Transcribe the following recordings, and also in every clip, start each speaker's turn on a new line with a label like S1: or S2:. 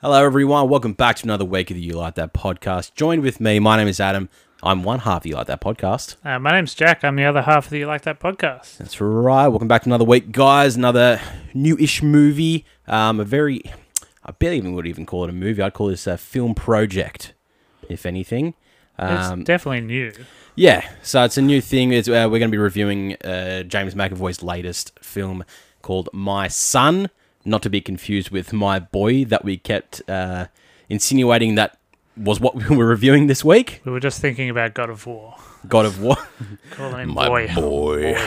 S1: Hello, everyone. Welcome back to another week of the You Like That podcast. Joined with me, my name is Adam. I'm one half of You Like That podcast.
S2: Uh, my name's Jack. I'm the other half of the You Like That podcast.
S1: That's right. Welcome back to another week, guys. Another new-ish movie. Um, a very, I barely even would even call it a movie. I'd call this a film project, if anything. Um,
S2: it's definitely new.
S1: yeah. So it's a new thing. It's, uh, we're going to be reviewing uh, James McAvoy's latest film called My Son, not to be confused with My Boy that we kept uh, insinuating that was what we were reviewing this week.
S2: We were just thinking about God of War.
S1: God of War.
S2: Calling him
S1: My
S2: boy.
S1: boy.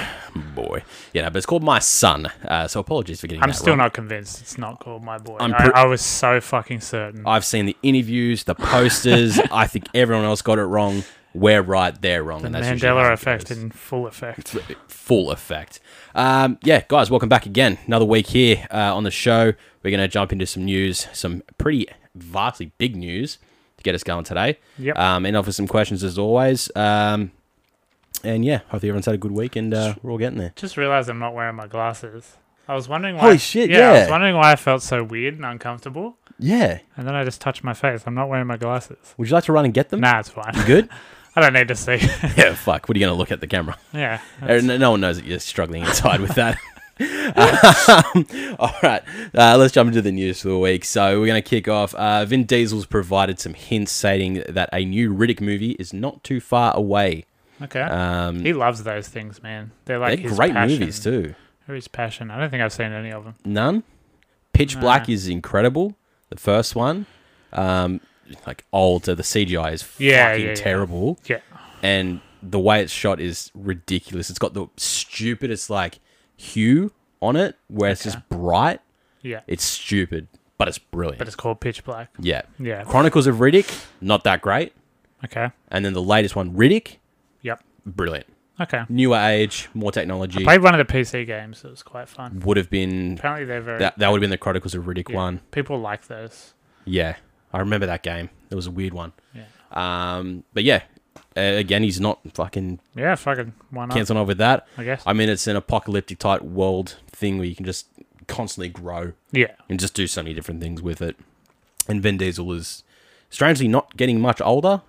S1: Boy. Yeah, no, but it's called My Son. Uh, so apologies for getting
S2: I'm
S1: that
S2: still
S1: wrong.
S2: not convinced it's not called my boy.
S1: I'm
S2: I,
S1: pre-
S2: I was so fucking certain.
S1: I've seen the interviews, the posters. I think everyone else got it wrong. We're right, they're wrong.
S2: the
S1: and that's usually how
S2: Mandela
S1: it
S2: effect
S1: goes.
S2: in full effect.
S1: full effect. Um, yeah, guys, welcome back again. Another week here uh, on the show. We're going to jump into some news, some pretty vastly big news to get us going today.
S2: Yep.
S1: Um, and offer some questions as always. Um, and yeah, hopefully everyone's had a good week and uh, we're all getting there.
S2: just realized I'm not wearing my glasses. I was wondering why.
S1: Holy shit,
S2: I was
S1: yeah.
S2: wondering why I felt so weird and uncomfortable.
S1: Yeah.
S2: And then I just touched my face. I'm not wearing my glasses.
S1: Would you like to run and get them?
S2: Nah, it's fine.
S1: You good?
S2: I don't need to see.
S1: yeah, fuck. What are you going to look at the camera?
S2: yeah.
S1: Uh, No, no one knows that you're struggling inside with that. Um, all right, uh, let's jump into the news for the week. So we're going to kick off. Uh, Vin Diesel's provided some hints stating that a new Riddick movie is not too far away.
S2: Okay.
S1: Um,
S2: he loves those things, man. They're like
S1: they're
S2: his
S1: great
S2: passion.
S1: movies too.
S2: They're his passion. I don't think I've seen any of them.
S1: None. Pitch
S2: Nah.
S1: Black is incredible. The first one, um, like old, so the CGI is
S2: Yeah,
S1: fucking
S2: yeah, yeah.
S1: terrible.
S2: Yeah.
S1: and the way it's shot is ridiculous. It's got the stupidest like hue on it where it's just bright.
S2: Yeah.
S1: It's stupid, but it's brilliant.
S2: But it's called Pitch Black.
S1: yeah.
S2: Yeah.
S1: Chronicles of Riddick, not that great.
S2: Okay.
S1: And then the latest one, Riddick,
S2: Yep.
S1: brilliant.
S2: Okay.
S1: Newer age, more technology.
S2: Played one of the PC games. It was quite fun.
S1: Would have been
S2: Apparently they're very
S1: Mm. that that would have been the Chronicles of Riddick
S2: yeah,
S1: one.
S2: People like those.
S1: Yeah. I remember that game. It was a weird one.
S2: Yeah.
S1: Um but yeah. Uh, again, he's not fucking
S2: Yeah, fucking why not?
S1: canceling off with that.
S2: I guess.
S1: I mean, it's an apocalyptic type world thing where you can just constantly grow
S2: yeah.
S1: and just do so many different things with it. And Vin Diesel is strangely not getting much older.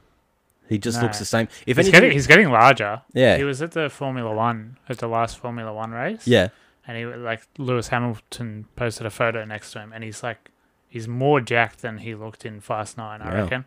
S1: He just
S2: No.
S1: looks the same. If
S2: He's
S1: anything,
S2: getting he's getting larger.
S1: Yeah.
S2: He was at the Formula One at the last Formula One race.
S1: yeah,
S2: And he like Lewis Hamilton posted a photo next to him and he's like he's more jacked than he looked in Fast Nine, I
S1: Wow.
S2: reckon.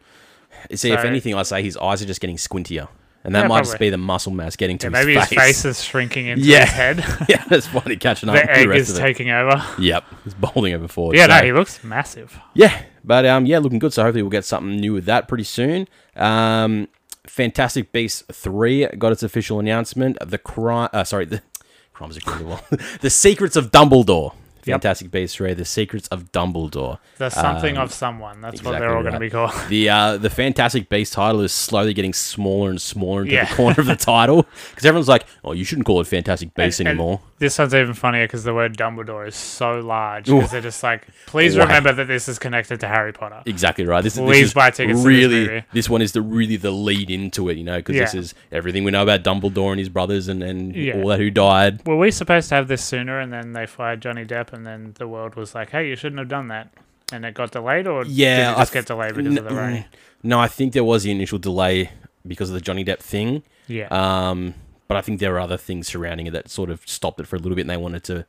S1: see, if
S2: So-
S1: anything, I say his eyes are just getting squintier, and that
S2: Yeah,
S1: might just
S2: probably.
S1: be the muscle mass getting to
S2: Yeah,
S1: his,
S2: maybe
S1: face.
S2: his face is shrinking into
S1: Yeah.
S2: his head.
S1: yeah, that's why he's catching up.
S2: the
S1: with the
S2: egg
S1: rest
S2: is
S1: of it.
S2: taking over.
S1: Yep, he's bowling over forward.
S2: Yeah, no,
S1: so-
S2: he looks massive.
S1: Yeah, but um, yeah, looking good. So hopefully we'll get something new with that pretty soon. Um, Fantastic Beasts three got its official announcement. The crime, uh, sorry, the crimes are criminal. the Secrets of Dumbledore.
S2: Yep.
S1: Fantastic Beasts three, The Secrets of Dumbledore.
S2: The something
S1: Um,
S2: of someone. That's what
S1: exactly
S2: they're all going
S1: right.
S2: to be called.
S1: The uh, the Fantastic Beasts title is slowly getting smaller and smaller into
S2: Yeah.
S1: the corner of the title because everyone's like, oh, you shouldn't call it Fantastic Beasts
S2: And- and
S1: anymore.
S2: This one's even funnier because the word Dumbledore is so large
S1: Ooh.
S2: because they're just like, please
S1: Wow.
S2: remember that this is connected to Harry Potter.
S1: Exactly right. This, is- this
S2: Please
S1: is
S2: buy tickets to this
S1: really,
S2: movie.
S1: this one is the really the lead into it, you know, because this
S2: Yeah.
S1: is everything we know about Dumbledore and his brothers and and
S2: Yeah.
S1: all that who died.
S2: Were we supposed to have this sooner? And then they fired Johnny Depp, and then the world was like, hey, you shouldn't have done that. And it got delayed, or
S1: Yeah,
S2: did it
S1: I
S2: just
S1: th-
S2: get delayed because of the rain?
S1: mm, No, I think there was the initial delay because of the Johnny Depp thing,
S2: Yeah.
S1: um, but I think there were other things surrounding it that sort of stopped it for a little bit, and they wanted to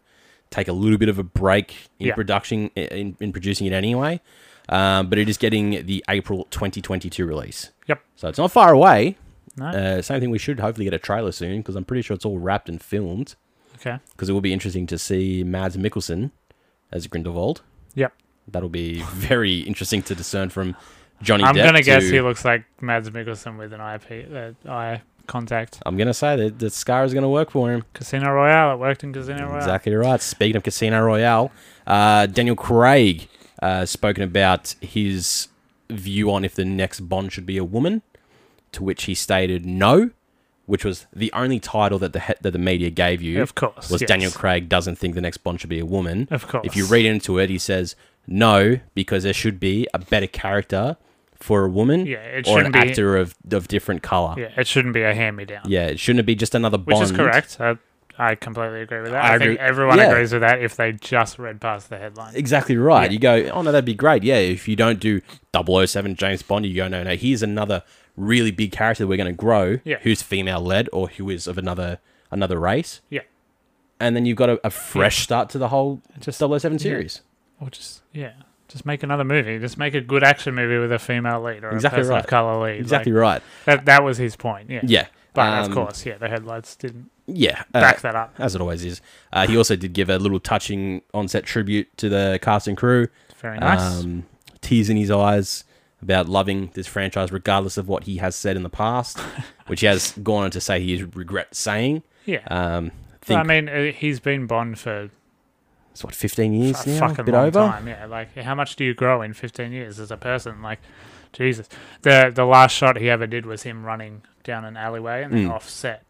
S1: take a little bit of a break in
S2: Yeah.
S1: production in, in producing it anyway. Um, but it is getting the April 2022 release.
S2: Yep.
S1: So it's not far away.
S2: no?
S1: Uh, same thing. We should hopefully get a trailer soon because I'm pretty sure it's all wrapped and filmed.
S2: okay.
S1: Because it will be interesting to see Mads Mikkelsen as Grindelwald.
S2: Yep.
S1: That'll be very interesting to discern from Johnny.
S2: I'm
S1: Depp
S2: going to guess
S1: to-
S2: he looks like Mads Mikkelsen with an IP, uh, eye contact.
S1: I'm gonna say that the scar is gonna work for him.
S2: Casino Royale. It worked in Casino Royale.
S1: Exactly right. Speaking of Casino Royale, uh, Daniel Craig uh, spoken about his view on if the next Bond should be a woman, to which he stated no, which was the only title that the he- that the media gave you.
S2: Of course.
S1: was
S2: yes.
S1: Daniel Craig doesn't think the next Bond should be a woman.
S2: Of course.
S1: If you read into it, he says no because there should be a better character for a woman
S2: Yeah, it
S1: or an
S2: shouldn't be.
S1: actor of of different color.
S2: Yeah, it shouldn't be a hand me down.
S1: Yeah, it shouldn't be just another
S2: which
S1: Bond.
S2: is correct. I, I completely agree with that.
S1: I
S2: I,
S1: agree-
S2: think everyone
S1: yeah.
S2: agrees with that if they just read past the headline.
S1: Exactly right.
S2: Yeah.
S1: You go, oh no, that'd be great. Yeah, if you don't do 007 James Bond, you go, no, no, here's another really big character that we're going to grow
S2: Yeah.
S1: who's female led or who is of another another race.
S2: Yeah.
S1: And then you've got a, a fresh start to the whole
S2: Just
S1: 007 series.
S2: or just yeah, just make another movie. Just make a good action movie with a female lead or
S1: Exactly
S2: a person
S1: right.
S2: of color lead.
S1: Exactly
S2: Like,
S1: right.
S2: That that was his point. Yeah.
S1: Yeah.
S2: But
S1: Um,
S2: of course, yeah, the headlights didn't
S1: Yeah. uh,
S2: back that up.
S1: as it always is. Uh, he also did give a little touching on-set tribute to the cast and crew.
S2: Very nice.
S1: Um, tears in his eyes about loving this franchise, regardless of what he has said in the past, which he has gone on to say he regrets saying.
S2: yeah.
S1: Um,
S2: Well,
S1: think
S2: I mean, uh, he's been Bond for
S1: it's what 15
S2: a
S1: years now,
S2: fucking
S1: bit
S2: long
S1: over.
S2: time. Yeah, like how much do you grow in 15 years as a person? Like, Jesus. The the last shot he ever did was him running down an alleyway and then
S1: Mm.
S2: off set,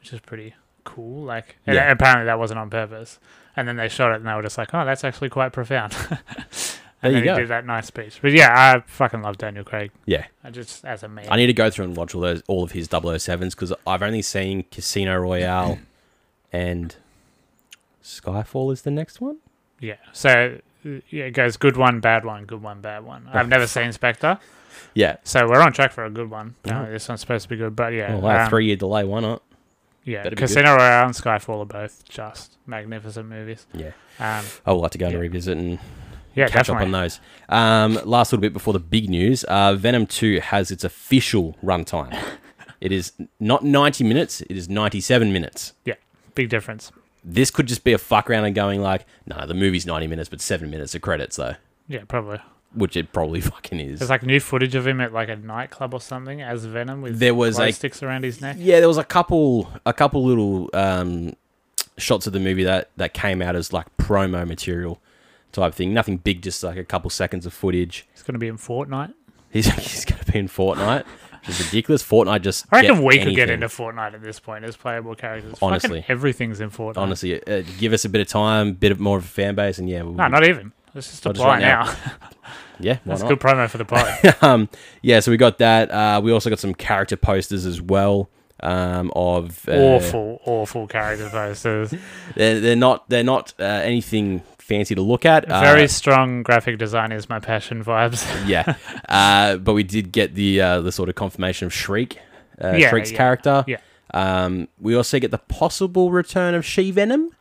S2: which is pretty cool. Like, and
S1: Yeah.
S2: apparently that wasn't on purpose. And then they shot it and they were just like, oh, that's actually quite profound. and
S1: There
S2: then
S1: you
S2: he
S1: go.
S2: did that nice speech. But yeah, I fucking love Daniel Craig.
S1: Yeah.
S2: I just as a man.
S1: I need to go through and watch all those all of his 007s because I've only seen Casino Royale and Skyfall is the next one.
S2: yeah. So. uh, Yeah, it goes good one, bad one, good one, bad one. I've never seen Spectre.
S1: Yeah.
S2: So we're on track for a good one.
S1: Yeah.
S2: Apparently this one's supposed to be good, but yeah,
S1: Oh, wow,
S2: um,
S1: three year delay. Why not?
S2: yeah,
S1: Better be good.
S2: Casino Royale and Skyfall are both just magnificent movies.
S1: Yeah.
S2: Um,
S1: I will have to go and
S2: Yeah.
S1: revisit and
S2: yeah,
S1: catch
S2: definitely.
S1: up on those. Um, last little bit before the big news, uh, Venom Two has its official runtime. it is not ninety minutes; it is ninety-seven minutes.
S2: Big difference.
S1: This could just be a fuck around and going like, no, the movie's ninety minutes, but seven minutes of credits though,
S2: Yeah, probably.
S1: which it probably fucking
S2: There's
S1: is.
S2: like new footage of him at like a nightclub or something as Venom with
S1: There was
S2: glow
S1: a-
S2: sticks around his neck.
S1: Yeah, there was a couple, a couple little um, shots of the movie that that came out as like promo material type thing. Nothing big, just like a couple seconds of footage.
S2: He's gonna be in Fortnite.
S1: He's, he's going to be in Fortnite, which is ridiculous. Fortnite just.
S2: I reckon
S1: get
S2: we could get
S1: anything.
S2: into Fortnite at this point as playable characters.
S1: Honestly.
S2: Fucking everything's in Fortnite.
S1: Honestly, uh, give us a bit of time, bit of more of a fan base, and yeah, we'll,
S2: No, not even. Let's just
S1: I'll just
S2: apply
S1: right now.
S2: now.
S1: yeah, why
S2: That's
S1: not?
S2: good promo for the pod.
S1: um, yeah, so we got that. Uh, we also got some character posters as well. Um, of uh,
S2: awful, awful character posters.
S1: They're, they're not. They're not uh, anything fancy to look at. Uh,
S2: Very strong graphic design is my passion vibes.
S1: yeah. Uh, but we did get the uh, the sort of confirmation of Shriek, uh,
S2: Yeah,
S1: Shriek's
S2: yeah,
S1: character.
S2: yeah.
S1: Um, we also get the possible return of She Venom,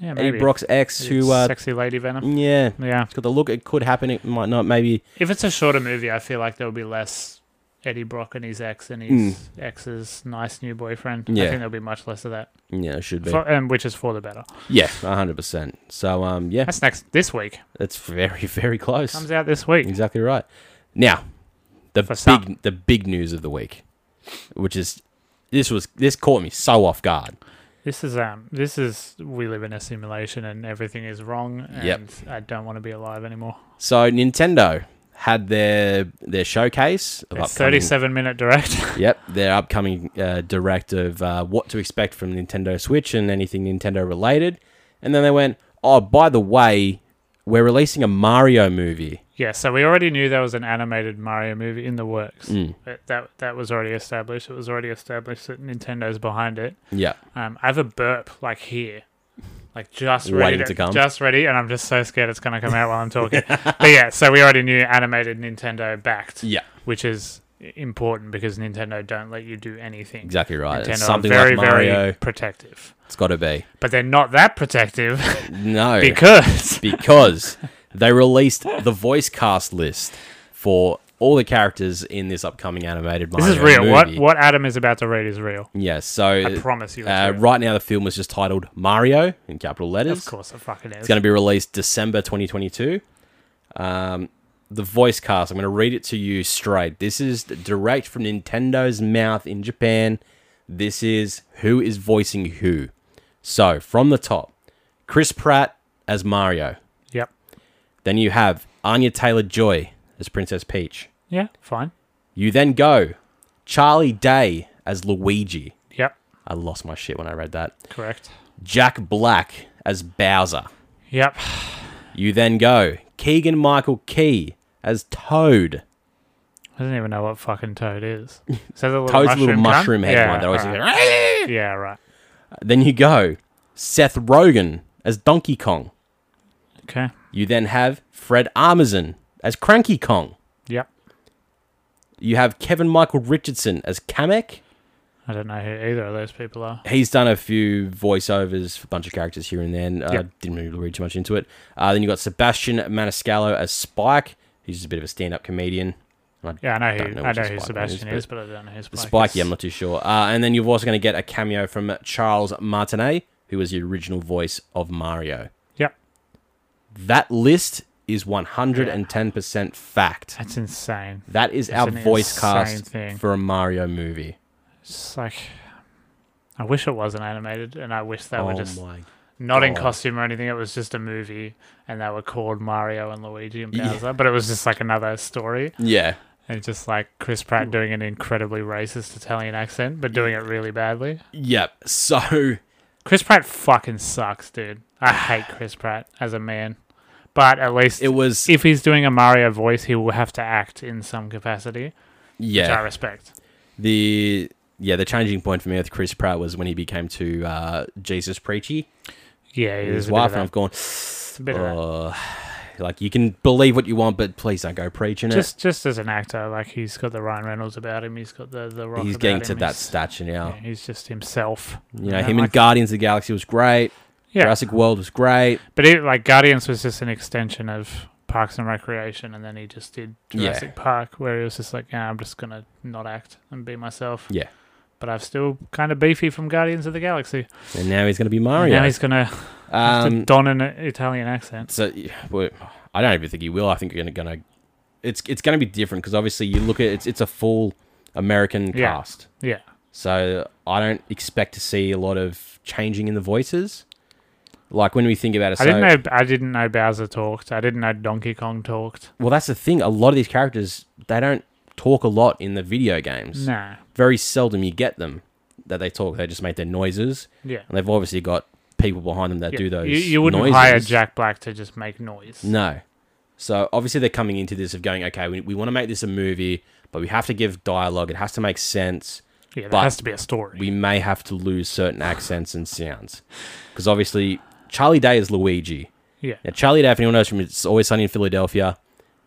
S2: Yeah,
S1: Eddie Brock's ex, who uh,
S2: sexy lady Venom.
S1: yeah,
S2: Yeah,
S1: It's got the look. It could happen. It might not. Maybe.
S2: if it's a shorter movie, I feel like there will be less Eddie Brock and his ex and his ex's nice new boyfriend.
S1: Mm. Yeah.
S2: I think there'll be much less of that,
S1: Yeah, it should be.
S2: for, um, which is for the better.
S1: Yeah, hundred percent. So um, yeah,
S2: That's next this week.
S1: that's very very close.
S2: Comes out this week.
S1: Exactly right. Now, the
S2: For
S1: big
S2: some.
S1: the big news of the week, which is this was this caught me so off guard.
S2: This is um, this is we live in a simulation and everything is wrong. And
S1: Yep.
S2: I don't want to be alive anymore.
S1: So Nintendo had their their showcase of
S2: It's
S1: upcoming.
S2: thirty-seven minute direct.
S1: Yep, their upcoming uh, direct of uh, what to expect from Nintendo Switch and anything Nintendo related. And then they went, oh, by the way, we're releasing a Mario movie.
S2: yeah, so we already knew there was an animated Mario movie in the works.
S1: Mm.
S2: But that that was already established. It was already established that Nintendo's behind it.
S1: Yeah.
S2: Um, I have a burp like here, like just
S1: Waiting
S2: ready
S1: to come.
S2: just ready, and I'm just so scared it's gonna come out while I'm talking. but yeah, so we already knew animated Nintendo backed,
S1: Yeah.
S2: which is important because Nintendo don't let you do anything.
S1: Exactly right.
S2: Nintendo
S1: It's
S2: are
S1: something
S2: very
S1: like Mario.
S2: very protective,
S1: It's got to be.
S2: but they're not that protective
S1: No.
S2: because
S1: because they released the voice cast list for all the characters in this upcoming animated Mario
S2: this is real. What
S1: movie.
S2: what Adam is about to read is real.
S1: Yeah,
S2: I
S1: so
S2: promise you. It's
S1: uh,
S2: real.
S1: right now the film was just titled Mario in capital letters.
S2: Of course, it fucking
S1: It's
S2: is.
S1: going to be released December 2022. Um, the voice cast, I'm going to read it to you straight. This is direct from Nintendo's mouth in Japan. This is who is voicing who. So, from the top, Chris Pratt as Mario.
S2: Yep.
S1: Then you have Anya Taylor Joy as Princess Peach.
S2: Yeah. Fine.
S1: You then go Charlie Day as Luigi.
S2: Yep.
S1: I lost my shit when I read that.
S2: Correct.
S1: Jack Black as Bowser.
S2: Yep.
S1: You then go Keegan Michael Key as Toad.
S2: I don't even know what fucking toad is. Is that the little
S1: Toad's
S2: mushroom
S1: little
S2: cunt?
S1: mushroom head
S2: yeah,
S1: one that always
S2: alright.
S1: goes, "Aah!"
S2: Yeah, right.
S1: Then you go Seth Rogen as Donkey Kong.
S2: Okay.
S1: You then have Fred Armisen as Cranky Kong.
S2: Yep.
S1: You have Kevin Michael Richardson as Kamek.
S2: I don't know who either of those people are.
S1: He's done a few voiceovers for a bunch of characters here and there. And, uh,
S2: Yep.
S1: Didn't really read too much into it. Uh, then you got Sebastian Maniscalco as Spike. He's just a bit of a stand-up comedian.
S2: Yeah, I know
S1: Don't
S2: who
S1: know
S2: I
S1: which
S2: know
S1: is Spike
S2: who
S1: Lee is,
S2: Sebastian
S1: but-
S2: is, but I don't know who
S1: The
S2: Spike,
S1: Spike,
S2: is.
S1: yeah, I'm not too sure. Uh, and then you've also going to get a cameo from Charles Martinet, who was the original voice of Mario.
S2: Yep.
S1: That list is 110% fact.
S2: That's insane.
S1: That is
S2: That's
S1: our
S2: an
S1: voice
S2: insane
S1: cast
S2: thing.
S1: for a Mario movie.
S2: It's like I wish it wasn't animated, and I wish they
S1: oh
S2: were just
S1: my!
S2: not in
S1: God.
S2: costume or anything. It was just a movie, and they were called Mario and Luigi and
S1: Yeah.
S2: Bowser. But it was just like another story,
S1: Yeah,
S2: and just like Chris Pratt doing an incredibly racist Italian accent, but doing it really badly.
S1: yep. So
S2: Chris Pratt fucking sucks, dude. I hate Chris Pratt as a man, but at least
S1: it was
S2: if he's doing a Mario voice, he will have to act in some capacity, which I
S1: yeah.
S2: respect.
S1: The yeah the changing point for me with Chris Pratt was when he became too uh, Jesus preachy.
S2: Yeah,
S1: with
S2: he's
S1: His
S2: a bit of
S1: wife and
S2: that.
S1: I've gone.
S2: It's a bit of that.
S1: "Oh," like you can believe what you want, but please don't go preaching
S2: just just as an actor, like he's got the Ryan Reynolds about him. He's got the the
S1: it.
S2: rock.
S1: He's
S2: about
S1: getting
S2: him,
S1: to that
S2: he's-
S1: stature now.
S2: yeah, he's just himself.
S1: You know,
S2: I
S1: him and
S2: like-
S1: Guardians of the Galaxy was great.
S2: Yeah,
S1: Jurassic World was great.
S2: but it, like Guardians was just an extension of Parks and Recreation, and then he just did
S1: Yeah.
S2: Jurassic Park, where he was just like, yeah, I'm just gonna not act and be myself.
S1: Yeah.
S2: But I've still kind of beefy from Guardians of the Galaxy.
S1: And now he's going to be
S2: And
S1: Mario.
S2: Now he's gonna have to
S1: Oh, um,
S2: don an Italian accent.
S1: so yeah, well, I don't even think he will. I think you're going to. It's it's going to be different because obviously you look at it's it's a full American
S2: Yeah.
S1: cast.
S2: Yeah.
S1: So I don't expect to see a lot of changing in the voices. Like when we think about it,
S2: I
S1: so-
S2: didn't know. I didn't know Bowser talked. I didn't know Donkey Kong talked.
S1: Well, that's the thing. A lot of these characters they don't talk a lot in the video games.
S2: Nah.
S1: Very seldom you get them that they talk. They just make their noises,
S2: Yeah.
S1: and they've obviously got people behind them that
S2: Yeah,
S1: do those.
S2: You, you wouldn't
S1: noises.
S2: hire Jack Black to just make noise.
S1: No. So obviously they're coming into this of going, okay, we, we want to make this a movie, but we have to give dialogue. It has to make sense.
S2: Yeah, there
S1: But
S2: has to be a story.
S1: We may have to lose certain accents and sounds because obviously Charlie Day is Luigi.
S2: yeah,
S1: Now Charlie Day, if anyone knows from It's Always Sunny in Philadelphia,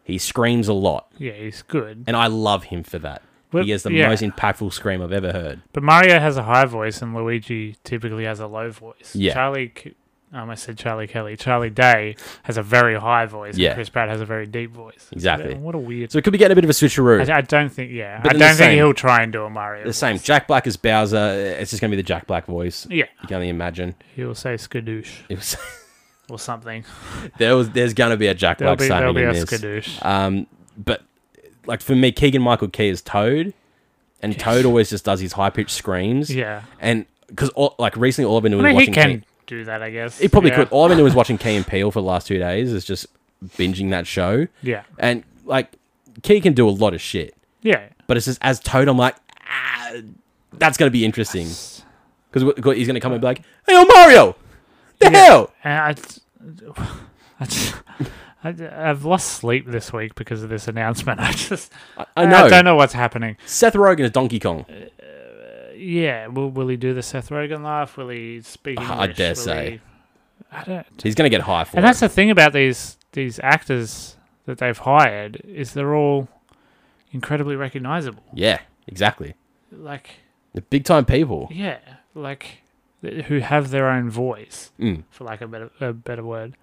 S1: he screams a lot,
S2: yeah, he's good.
S1: and I love him for that.
S2: Well,
S1: he is the
S2: yeah.
S1: most impactful scream I've ever heard.
S2: But Mario has a high voice, and Luigi typically has a low voice.
S1: Yeah.
S2: Charlie, K- um, I almost said Charlie Kelly. Charlie Day has a very high voice.
S1: Yeah.
S2: And Chris Pratt has a very deep voice.
S1: Exactly.
S2: What a weird.
S1: So it could be getting a bit of a switcheroo.
S2: I, I don't think. Yeah,
S1: But
S2: I
S1: in
S2: don't
S1: the
S2: think
S1: same-
S2: he'll try and do a Mario.
S1: The same.
S2: voice.
S1: Jack Black as Bowser. It's just going to be the Jack Black voice.
S2: Yeah,
S1: You can only imagine.
S2: he'll say skadoosh
S1: It was,
S2: or something.
S1: there was, there's going to be a Jack
S2: There'll
S1: Black
S2: be there'll
S1: signing
S2: be
S1: in
S2: a
S1: this.
S2: skadoosh.
S1: Um, but like for me, Keegan Michael Key is Toad, and Toad always just does his high pitched screams.
S2: yeah,
S1: And because like recently, all I've been
S2: I
S1: doing
S2: mean
S1: is
S2: he
S1: watching.
S2: can
S1: Key-
S2: do that. I guess
S1: he probably
S2: yeah.
S1: could. All I've been doing is watching Key and Peele for the last two days. Is just binging that show,
S2: Yeah,
S1: and like Key can do a lot of shit.
S2: yeah.
S1: But it's just as Toad, I'm like, ah, that's gonna be interesting because he's gonna come and be like, "Hey, yo, Mario, the
S2: Yeah.
S1: hell."
S2: And I, t- I, t- I, d- I've lost sleep this week because of this announcement. I just,
S1: I, I know.
S2: don't know what's happening.
S1: Seth Rogen is Donkey Kong.
S2: Uh, yeah, will will he do the Seth Rogen laugh? Will he speak English?
S1: Ah, I dare
S2: Will
S1: say.
S2: he- I don't.
S1: He's gonna get high for
S2: And
S1: it.
S2: that's the thing about these these actors that they've hired is they're all incredibly recognizable.
S1: Yeah, exactly.
S2: Like,
S1: The big time people.
S2: yeah, like th- who have their own voice.
S1: Mm.
S2: for lack of a better, a better word.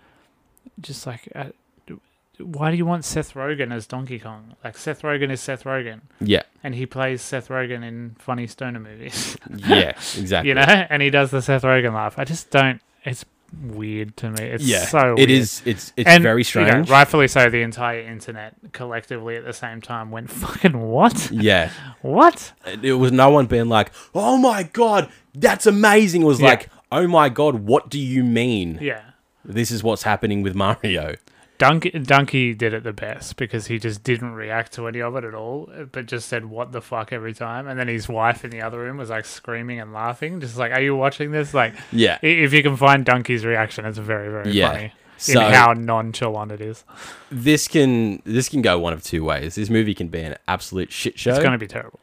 S2: Just like, uh, d- why do you want Seth Rogen as Donkey Kong? Like, Seth Rogen is Seth Rogen,
S1: Yeah,
S2: and he plays Seth Rogen in funny stoner movies,
S1: yeah, exactly.
S2: you know? And he does the Seth Rogen laugh. I just don't. It's weird to me. It's
S1: yeah,
S2: so.
S1: it
S2: weird.
S1: is. It's it's
S2: And,
S1: very
S2: you know,
S1: strange.
S2: rightfully so, the entire internet collectively at the same time went fucking what?
S1: Yeah,
S2: What?
S1: it it was no one being like, "Oh my god, that's amazing." It was
S2: Yeah.
S1: like, "Oh my god, what do you mean?
S2: Yeah.
S1: This is what's happening with Mario."
S2: Dunk- Donkey did it the best because he just didn't react to any of it at all, but just said "what the fuck" every time. And then his wife in the other room was like screaming and laughing, just like, "Are you watching this?" Like,
S1: Yeah,
S2: i- if you can find Donkey's reaction, it's very very
S1: Yeah.
S2: funny
S1: So-
S2: in how nonchalant it is.
S1: this can this can go one of two ways. This movie can be an absolute shit show,
S2: It's going to be terrible.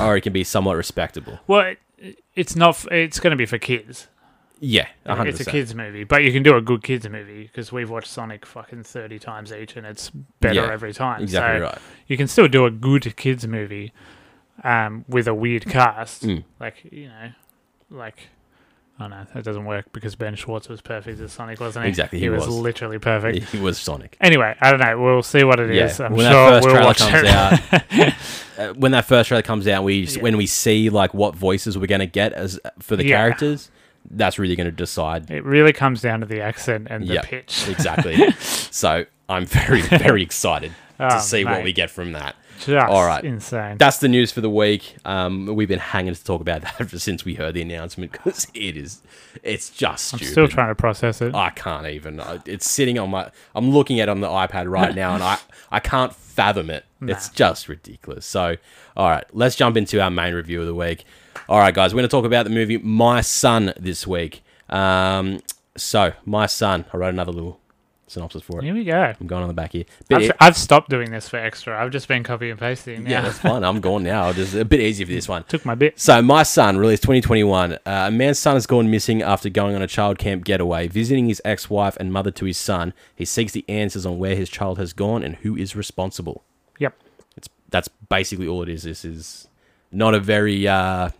S1: or it can be somewhat respectable.
S2: Well, it- it's not. f- It's going to be for kids.
S1: Yeah,
S2: Like,
S1: 100%.
S2: It's a kids movie, but you can do a good kids movie because we've watched Sonic fucking thirty times each, and it's better
S1: Yeah,
S2: every time.
S1: Exactly
S2: so
S1: right.
S2: You can still do a good kids movie, um, with a weird cast.
S1: Mm.
S2: Like you know, like I don't know that doesn't work because Ben Schwartz was perfect as Sonic, wasn't he?
S1: Exactly,
S2: he,
S1: he
S2: was,
S1: was.
S2: literally perfect.
S1: He was Sonic.
S2: Anyway, I don't know. We'll see what it
S1: Yeah,
S2: is. I'm
S1: when that
S2: sure
S1: first
S2: we'll
S1: trailer comes
S2: watch it.
S1: Uh, when that first trailer comes out, we
S2: Yeah.
S1: when we see like what voices we're gonna get as uh, for the
S2: Yeah.
S1: characters, that's really gonna decide
S2: It really comes down to the accent and the
S1: Yep.
S2: pitch.
S1: exactly. so I'm very very excited to
S2: Oh,
S1: see what
S2: mate,
S1: we get from that.
S2: Just
S1: All right.
S2: insane.
S1: That's the news for the week. Um, we've been hanging to talk about that ever since we heard the announcement because it is, it's just
S2: I'm
S1: stupid. Uh,
S2: still trying to process it.
S1: I can't even. I- It's sitting on my. I'm looking at it on the iPad right now, and I I can't fathom it. It's just ridiculous. So, all right, let's jump into our main review of the week. All right, guys, we're going to talk about the movie My Son this week. Um, so My Son. I wrote another little synopsis for it.
S2: Here we go.
S1: I'm going on the back here. Bit e-
S2: I've, I've stopped doing this for extra. I've just been copy and pasting. Now.
S1: yeah, that's fine. I'm going now. Just a bit easier for this one.
S2: Took my bit.
S1: So, My Son, released 2021. Uh, a man's son has gone missing after going on a child camp getaway, visiting his ex wife and mother to his son. He seeks the answers on where his child has gone and who is responsible.
S2: Yep.
S1: It's That's basically all it is. This is not a very uh,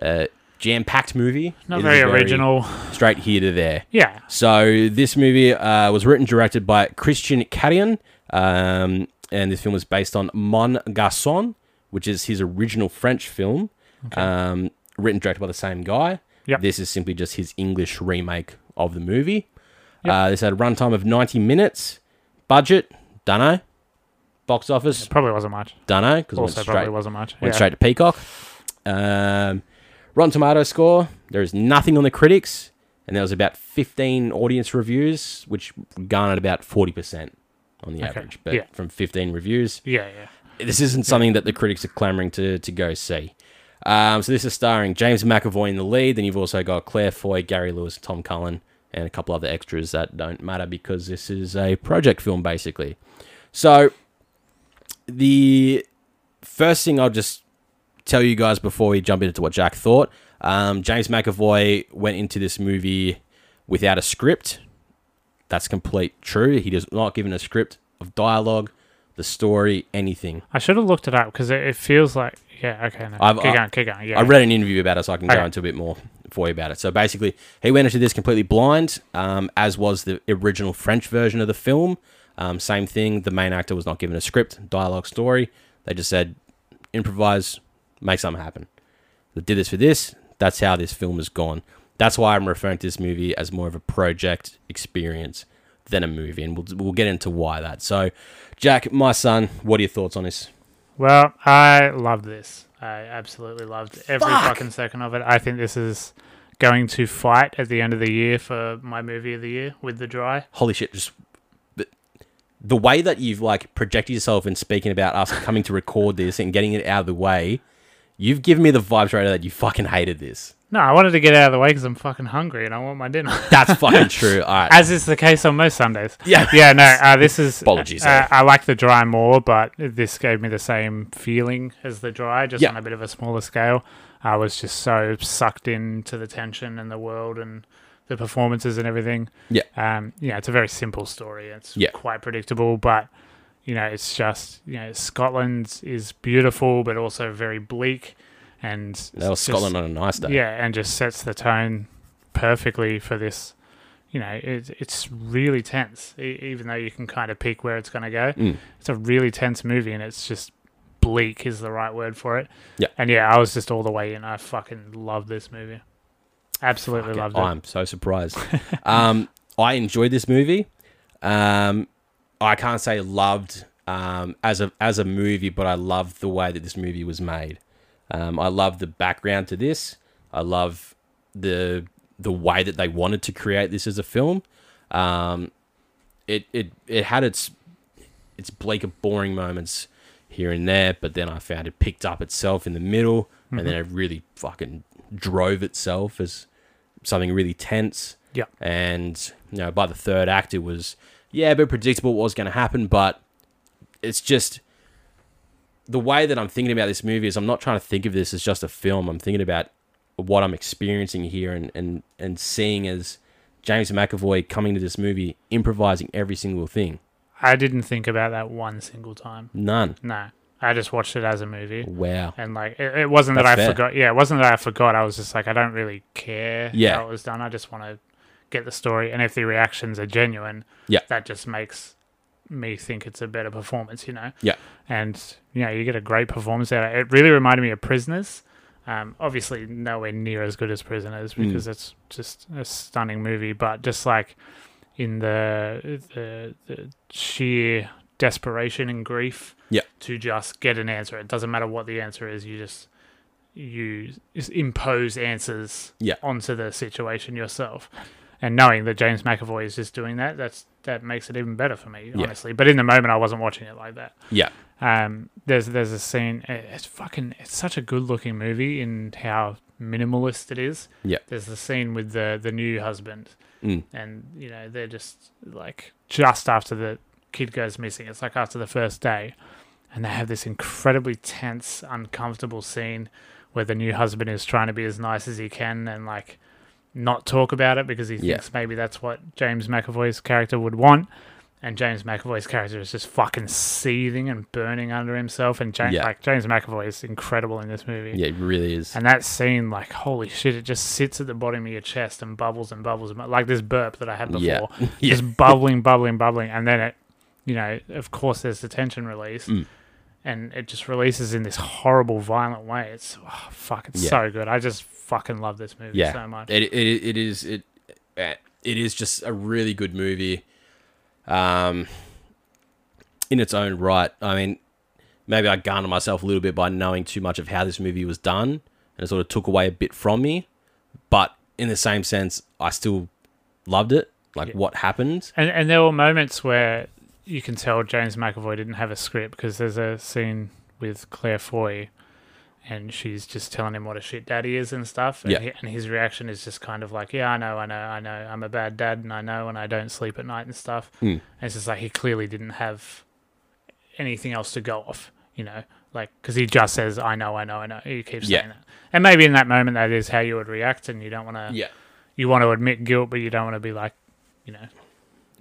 S1: uh, jam packed movie. It
S2: Not
S1: is
S2: very original.
S1: Straight here to there.
S2: Yeah.
S1: So this movie uh, was written and directed by Christian Carion, um, and this film was based on Mon Garçon, which is his original French film, um, written and directed by the same guy.
S2: Yep.
S1: This is simply just his English remake of the movie.
S2: Yep.
S1: Uh, this had a runtime of 90 minutes. Budget, dunno. Box office,
S2: Probably wasn't much.
S1: dunno, because it went
S2: Also,
S1: straight,
S2: probably wasn't much.
S1: went
S2: yeah.
S1: straight to Peacock. Um, Rotten Tomato score, there is nothing on the critics, and there was about 15 audience reviews, which garnered about 40% on the average, but
S2: yeah.
S1: from 15 reviews.
S2: Yeah, yeah.
S1: This isn't something that the critics are clamoring to, to go see. Um, so this is starring James McAvoy in the lead, then you've also got Claire Foy, Gary Lewis, Tom Cullen, and a couple other extras that don't matter because this is a project film, basically. So the first thing I'll just tell you guys before we jump into what Jack thought. Um, James McAvoy went into this movie without a script. That's complete true. He does not given a script of dialogue, the story, anything.
S2: I should have looked it up because it, it feels like. Yeah, okay. No.
S1: I've-
S2: keep
S1: I-
S2: going, keep going. Yeah.
S1: I read an interview about it, so I can go
S2: Okay.
S1: into a bit more for you about it. So basically, he went into this completely blind, um, as was the original French version of the film. Um, same thing. The main actor was not given a script, dialogue, story. They just said, improvise, make something happen. They did this for this. That's how this film has gone. That's why I'm referring to this movie as more of a project experience than a movie, and we'll we'll get into why that. So, Jack, my son, what are your thoughts on this?
S2: Well, I love this. I absolutely loved every
S1: Fuck.
S2: fucking second of it. I think this is going to fight at the end of the year for my movie of the year with The Dry.
S1: holy shit, just the, the way that you've like projected yourself in speaking about us coming to record this and getting it out of the way, you've given me the vibes right now that you fucking hated this.
S2: No, I wanted to get out of the way because I'm fucking hungry and I want my dinner.
S1: That's fucking true. All right.
S2: As is the case on most Sundays.
S1: Yeah.
S2: Yeah, no, uh, this is.
S1: Apologies,
S2: Uh, I like The Dry more, but this gave me the same feeling as The Dry, just
S1: Yeah.
S2: on a bit of a smaller scale. I was just so sucked into the tension and the world and the performances and everything.
S1: Yeah.
S2: um, you know, it's a very simple story. It's
S1: Yeah.
S2: quite predictable, but you know, it's just you know, Scotland is beautiful, but also very bleak, and
S1: That was
S2: just-
S1: Scotland on a nice day.
S2: Yeah, and just sets the tone perfectly for this. You know, it, it's really tense, e- even though you can kind of peek where it's going to go.
S1: Mm.
S2: It's a really tense movie, and it's just bleak is the right word for it.
S1: Yeah.
S2: and yeah, I was just all the way in. I fucking love this movie. Absolutely loved it.
S1: I'm so surprised. um, I enjoyed this movie. Um, I can't say loved um, as a as a movie, but I loved the way that this movie was made. Um, I love the background to this. I love the the way that they wanted to create this as a film. Um, it it it had its its bleak and boring moments here and there, but then I found it picked up itself in the middle, and then it
S2: Mm-hmm.
S1: really fucking drove itself as something really tense.
S2: Yeah.
S1: And you know, by the third act, it was yeah, a bit predictable what was going to happen, but it's just the way that I'm thinking about this movie is I'm not trying to think of this as just a film. I'm thinking about what I'm experiencing here and and and seeing as James McAvoy coming to this movie improvising every single thing.
S2: I didn't think about that one single time.
S1: None.
S2: No, I just watched it as a movie.
S1: Wow.
S2: And like it, it wasn't that I
S1: That's fair.
S2: forgot. Yeah, it wasn't that I forgot. I was just like I don't really care
S1: Yeah.
S2: how it was done. I just want to get the story, and if the reactions are genuine,
S1: Yeah.
S2: that just makes me think it's a better performance. You know.
S1: Yeah.
S2: And you know you get a great performance out. of It It really reminded me of Prisoners. Um, obviously nowhere near as good as Prisoners
S1: Hmm.
S2: because it's just a stunning movie, but just like in the the, the sheer desperation and grief
S1: Yeah.
S2: to just get an answer. It doesn't matter what the answer is. You just you just impose answers
S1: Yeah.
S2: onto the situation yourself. And knowing that James McAvoy is just doing that, that's that makes it even better for me,
S1: Yeah.
S2: honestly. But in the moment, I wasn't watching it like that.
S1: Yeah.
S2: Um, there's there's a scene. it- It's fucking. It's such a good looking movie in how minimalist it is.
S1: Yeah.
S2: There's the scene with the the new husband,
S1: Mm.
S2: and you know they're just like just after the kid goes missing. It's like after the first day, and they have this incredibly tense, uncomfortable scene where the new husband is trying to be as nice as he can and like not talk about it because he
S1: Yeah.
S2: thinks maybe that's what James McAvoy's character would want. And James McAvoy's character is just fucking seething and burning under himself. And James,
S1: Yeah.
S2: like James McAvoy is incredible in this movie.
S1: Yeah, it really is.
S2: And that scene, like, holy shit, it just sits at the bottom of your chest and bubbles and bubbles. Like this burp that I had before.
S1: Yeah. Yeah.
S2: Just bubbling, bubbling, bubbling. And then it, you know, of course, there's the tension release.
S1: Mm.
S2: And it just releases in this horrible, violent way. It's oh, fuck, it's
S1: Yeah.
S2: so good. I just fucking love this movie
S1: yeah.
S2: so much.
S1: It, it it is it eh, it is just a really good movie, um, in its own right. I mean, maybe I garnered myself a little bit by knowing too much of how this movie was done, and it sort of took away a bit from me. But in the same sense, I still loved it. Like
S2: Yeah.
S1: what happened?
S2: And and there were moments where you can tell James McAvoy didn't have a script because there's a scene with Claire Foy, and she's just telling him what a shit dad he is and stuff. And,
S1: Yeah.
S2: he- and his reaction is just kind of like, "Yeah, I know, I know, I know. I'm a bad dad, and I know, and I don't sleep at night and stuff."
S1: Hmm.
S2: And it's just like he clearly didn't have anything else to go off, you know, like because he just says, "I know, I know, I know." He keeps
S1: Yeah.
S2: saying that, and maybe in that moment that is how you would react, and you don't want to,
S1: Yeah,
S2: you want to admit guilt, but you don't want to be like, you know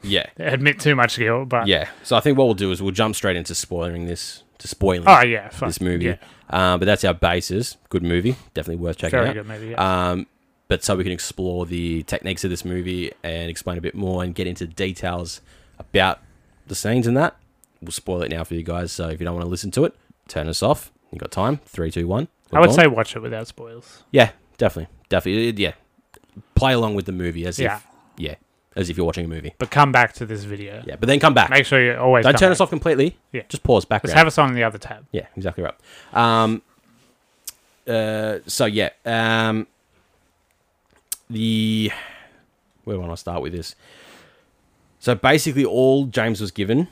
S1: yeah,
S2: admit too much guilt, but
S1: yeah. So I think what we'll do is we'll jump straight into spoiling this to spoiling
S2: Oh yeah, fuck.
S1: this movie.
S2: Yeah,
S1: Uh, but that's our basis. Good movie, definitely worth checking
S2: very
S1: out.
S2: good movie. Yeah.
S1: Um, but so we can explore the techniques of this movie and explain a bit more and get into details about the scenes and that. We'll spoil it now for you guys. So if you don't want to listen to it, turn us off. You got time? Three, two, one.
S2: I
S1: We're
S2: would
S1: gone.
S2: say watch it without spoils.
S1: yeah, definitely, definitely, uh, yeah. Play along with the movie as
S2: Yeah,
S1: if yeah, as if you're watching a movie.
S2: but come back to this video.
S1: Yeah, but then come back.
S2: Make sure you always
S1: don't
S2: come
S1: turn
S2: back.
S1: us off completely.
S2: Yeah.
S1: just pause back.
S2: Just have us on the other tab.
S1: Yeah, exactly right. Um, uh, so yeah, um, the where do I want to start with this? So basically, all James was given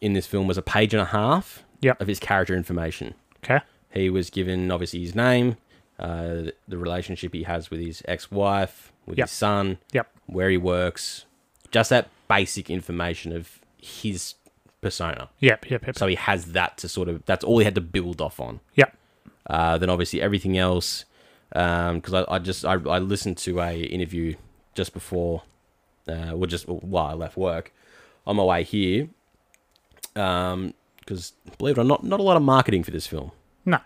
S1: in this film was a page and a half
S2: Yep.
S1: of his character information.
S2: Okay.
S1: He was given obviously his name, uh, the relationship he has with his ex-wife, with
S2: Yep.
S1: his son,
S2: Yep.
S1: where he works, just that basic information of his persona.
S2: Yep. Yep. Yep.
S1: So he has that to sort of, that's all he had to build off on.
S2: Yep.
S1: Uh, then obviously everything else, because I, I just, I, I listened to a interview just before, uh, well, just while I left work on my way here. Um, because believe it or not, not a lot of marketing for this film.
S2: No.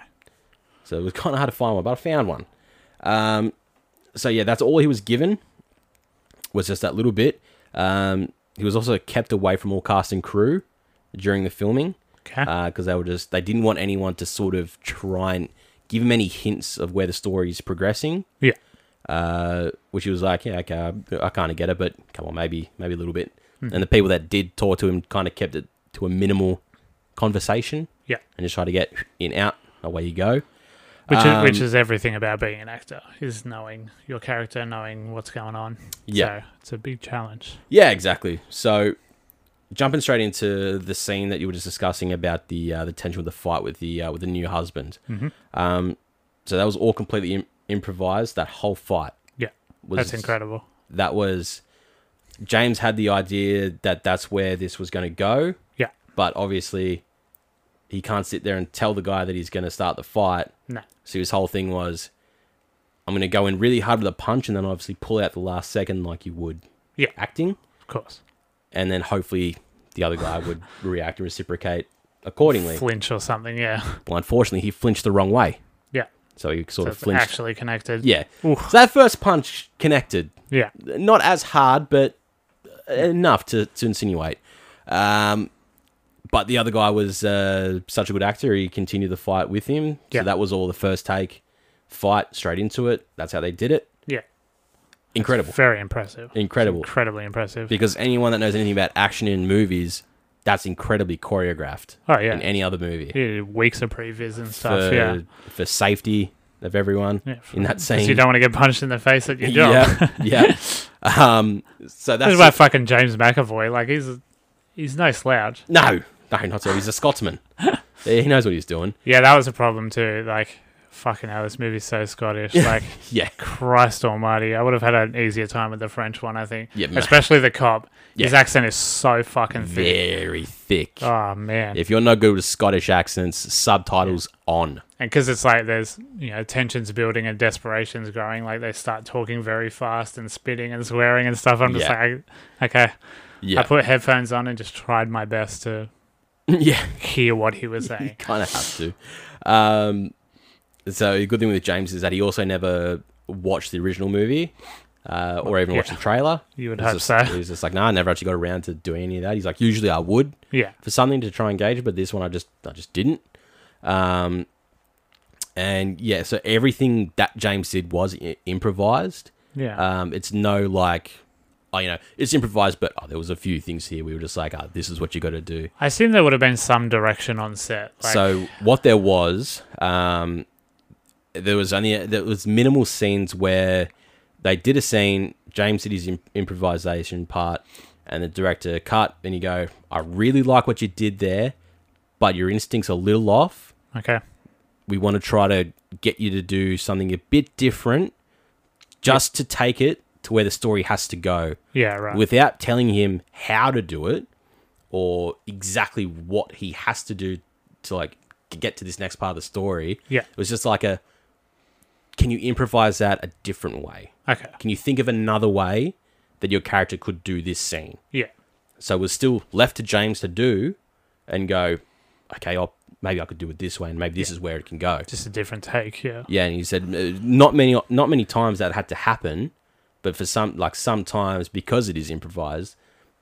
S1: So it was kind of hard to find one, but I found one. Um, so yeah, that's all he was given was just that little bit. Um, he was also kept away from all cast and crew during the filming
S2: Okay.
S1: because uh, they were just they didn't want anyone to sort of try and give him any hints of where the story is progressing.
S2: yeah.
S1: Uh, which he was like, yeah, okay, I- I kind of get it, but come on, maybe maybe a little bit.
S2: Hmm.
S1: And the people that did talk to him kind of kept it to a minimal conversation
S2: Yeah.
S1: and just try to get in out away you go.
S2: Which
S1: um,
S2: is which is everything about being an actor is knowing your character, knowing what's going on.
S1: Yeah.
S2: So it's a big challenge.
S1: Yeah, exactly. So jumping straight into the scene that you were just discussing about the uh, the tension with the fight with the uh, with the new husband.
S2: Mhm.
S1: Um, so that was all completely Im- improvised. That whole fight.
S2: Yeah.
S1: was,
S2: That's incredible.
S1: That was James had the idea that that's where this was going to go,
S2: Yeah.
S1: but obviously he can't sit there and tell the guy that he's going to start the fight.
S2: No.
S1: So his whole thing was, I'm going to go in really hard with a punch and then obviously pull out the last second like you would
S2: Yeah.
S1: acting.
S2: Of course.
S1: And then hopefully the other guy would react and reciprocate accordingly.
S2: Flinch or something. Yeah.
S1: well, unfortunately, he flinched the wrong way.
S2: Yeah.
S1: So he sort
S2: So
S1: of
S2: it's
S1: flinched.
S2: actually connected.
S1: yeah.
S2: Oof.
S1: So that first punch connected.
S2: Yeah.
S1: Not as hard, but enough to, to insinuate. Um, but the other guy was uh, such a good actor. He continued the fight with him.
S2: Yeah.
S1: So that was all the first take fight straight into it. That's how they did it.
S2: Yeah.
S1: Incredible.
S2: Very impressive.
S1: Incredible.
S2: Incredibly impressive.
S1: Because anyone that knows anything about action in movies, that's incredibly choreographed
S2: Oh, yeah.
S1: in any other movie.
S2: yeah. Weeks of previs and stuff.
S1: for,
S2: yeah.
S1: for safety of everyone
S2: Yeah,
S1: in that
S2: 'Cause
S1: scene.
S2: you don't want to get punched in the face at your job.
S1: yeah, yeah. Um, so
S2: This
S1: that's
S2: is why fucking James McAvoy, like he's he's no slouch.
S1: no, no, not so. He's a Scotsman. he knows what he's doing.
S2: Yeah, that was a problem too. Like, fucking hell, this movie's so Scottish. Like,
S1: Yeah,
S2: Christ Almighty, I would have had an easier time with the French one. I think,
S1: Yeah, mate.
S2: especially the cop. His
S1: Yeah.
S2: accent is so fucking thick.
S1: very thick.
S2: Oh man, And 'cause
S1: If you're no good with Scottish accents, subtitles on.
S2: and because it's like there's you know tensions building and desperations growing. Like they start talking very fast and spitting and swearing and stuff. I'm just
S1: Yeah.
S2: like, okay, I
S1: Yeah,
S2: put headphones on and just tried my best to
S1: yeah.
S2: hear what he was saying.
S1: kind of have to. Um, so the good thing with James is that he also never watched the original movie. Uh, or even watched
S2: Yeah.
S1: the trailer.
S2: You would
S1: He's
S2: hope
S1: just,
S2: so.
S1: He's just like, nah, I never actually got around to doing any of that. He's like, usually I would,
S2: Yeah.
S1: for something to try and gauge, but this one I just I just didn't. Um, and yeah, so everything that James did was I- improvised.
S2: Yeah.
S1: Um, it's no like, oh, you know, it's improvised, but oh, there was a few things here we were just like, ah, this is what you got to do.
S2: I assume there would have been some direction on set. Like,
S1: so what there was, um, there was only there was minimal scenes where they did a scene. James did his im- improvisation part, and the director cut, and you go, "I really like what you did there, but your instincts are a little off.
S2: okay.
S1: We want to try to get you to do something a bit different, just to take it to where the story has to go."
S2: Yeah, right.
S1: without telling him how to do it or exactly what he has to do to like get to this next part of the story.
S2: Yeah.
S1: It was just like a can you improvise that a different way?
S2: okay.
S1: Can you think of another way that your character could do this scene?
S2: Yeah.
S1: So it was still left to James to do and go, okay, I'll, maybe I could do it this way and maybe this is where it can go.
S2: Just a different take. Yeah.
S1: Yeah, and he said uh, not many not many times that had to happen, but for some like sometimes because it is improvised,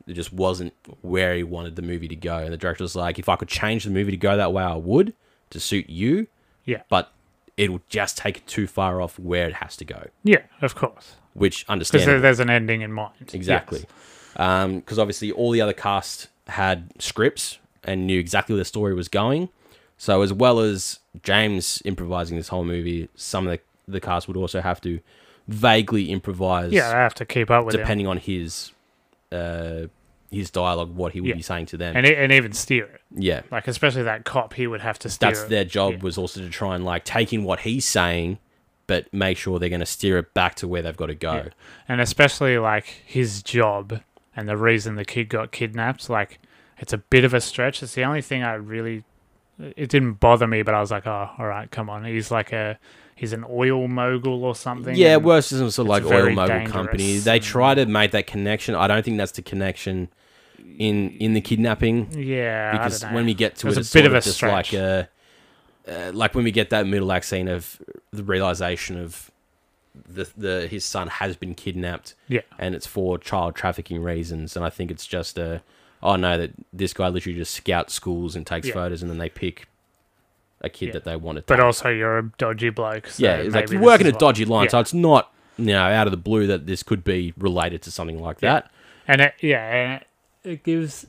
S1: it just wasn't where he wanted the movie to go. And the director was like, if I could change the movie to go that way, I would to suit you,
S2: Yeah.
S1: but it would just take it too far off where it has to go,
S2: Yeah, of course.
S1: which
S2: Because
S1: understandable
S2: there's an ending in mind.
S1: exactly,
S2: Yes.
S1: because obviously all the other cast had scripts and knew exactly where the story was going. So as well as James improvising this whole movie, some of the, the cast would also have to vaguely improvise,
S2: Yeah, I have to keep up with it.
S1: depending on his uh, his dialogue, what he would
S2: Yeah.
S1: be saying to them.
S2: And, e- and even steer it.
S1: yeah,
S2: Like, especially that cop, he would have to steer
S1: that's
S2: it.
S1: their job
S2: Yeah.
S1: was also to try and like take in what he's saying, but make sure they're going to steer it back to where they've got to go.
S2: Yeah. And especially, like, his job and the reason the kid got kidnapped. Like, it's a bit of a stretch. It's the only thing I really. It didn't bother me, but I was like, oh, all right, come on. He's like a. He's an oil mogul or something.
S1: Yeah,
S2: and-
S1: worse is sort of like oil
S2: very
S1: mogul
S2: dangerous
S1: company. They
S2: and-
S1: try to make that connection. I don't think that's the connection in in the kidnapping
S2: Yeah. I
S1: because
S2: don't know.
S1: when we get to
S2: It was
S1: it,
S2: a
S1: it's
S2: bit
S1: sort
S2: of a
S1: just
S2: stretch.
S1: like a uh, like when we get that middle act scene of the realization of the the his son has been kidnapped
S2: Yeah.
S1: and it's for child trafficking reasons. And I think it's just a oh no that this guy literally just scouts schools and takes
S2: Yeah.
S1: photos and then they pick a kid
S2: Yeah.
S1: that they want to.
S2: But also, you're a dodgy bloke. So
S1: Yeah, it's like
S2: maybe
S1: you're
S2: this
S1: working
S2: is
S1: a
S2: why.
S1: dodgy line,
S2: Yeah.
S1: so it's not you know out of the blue that this could be related to something like
S2: Yeah.
S1: that.
S2: and it, yeah, and it, it gives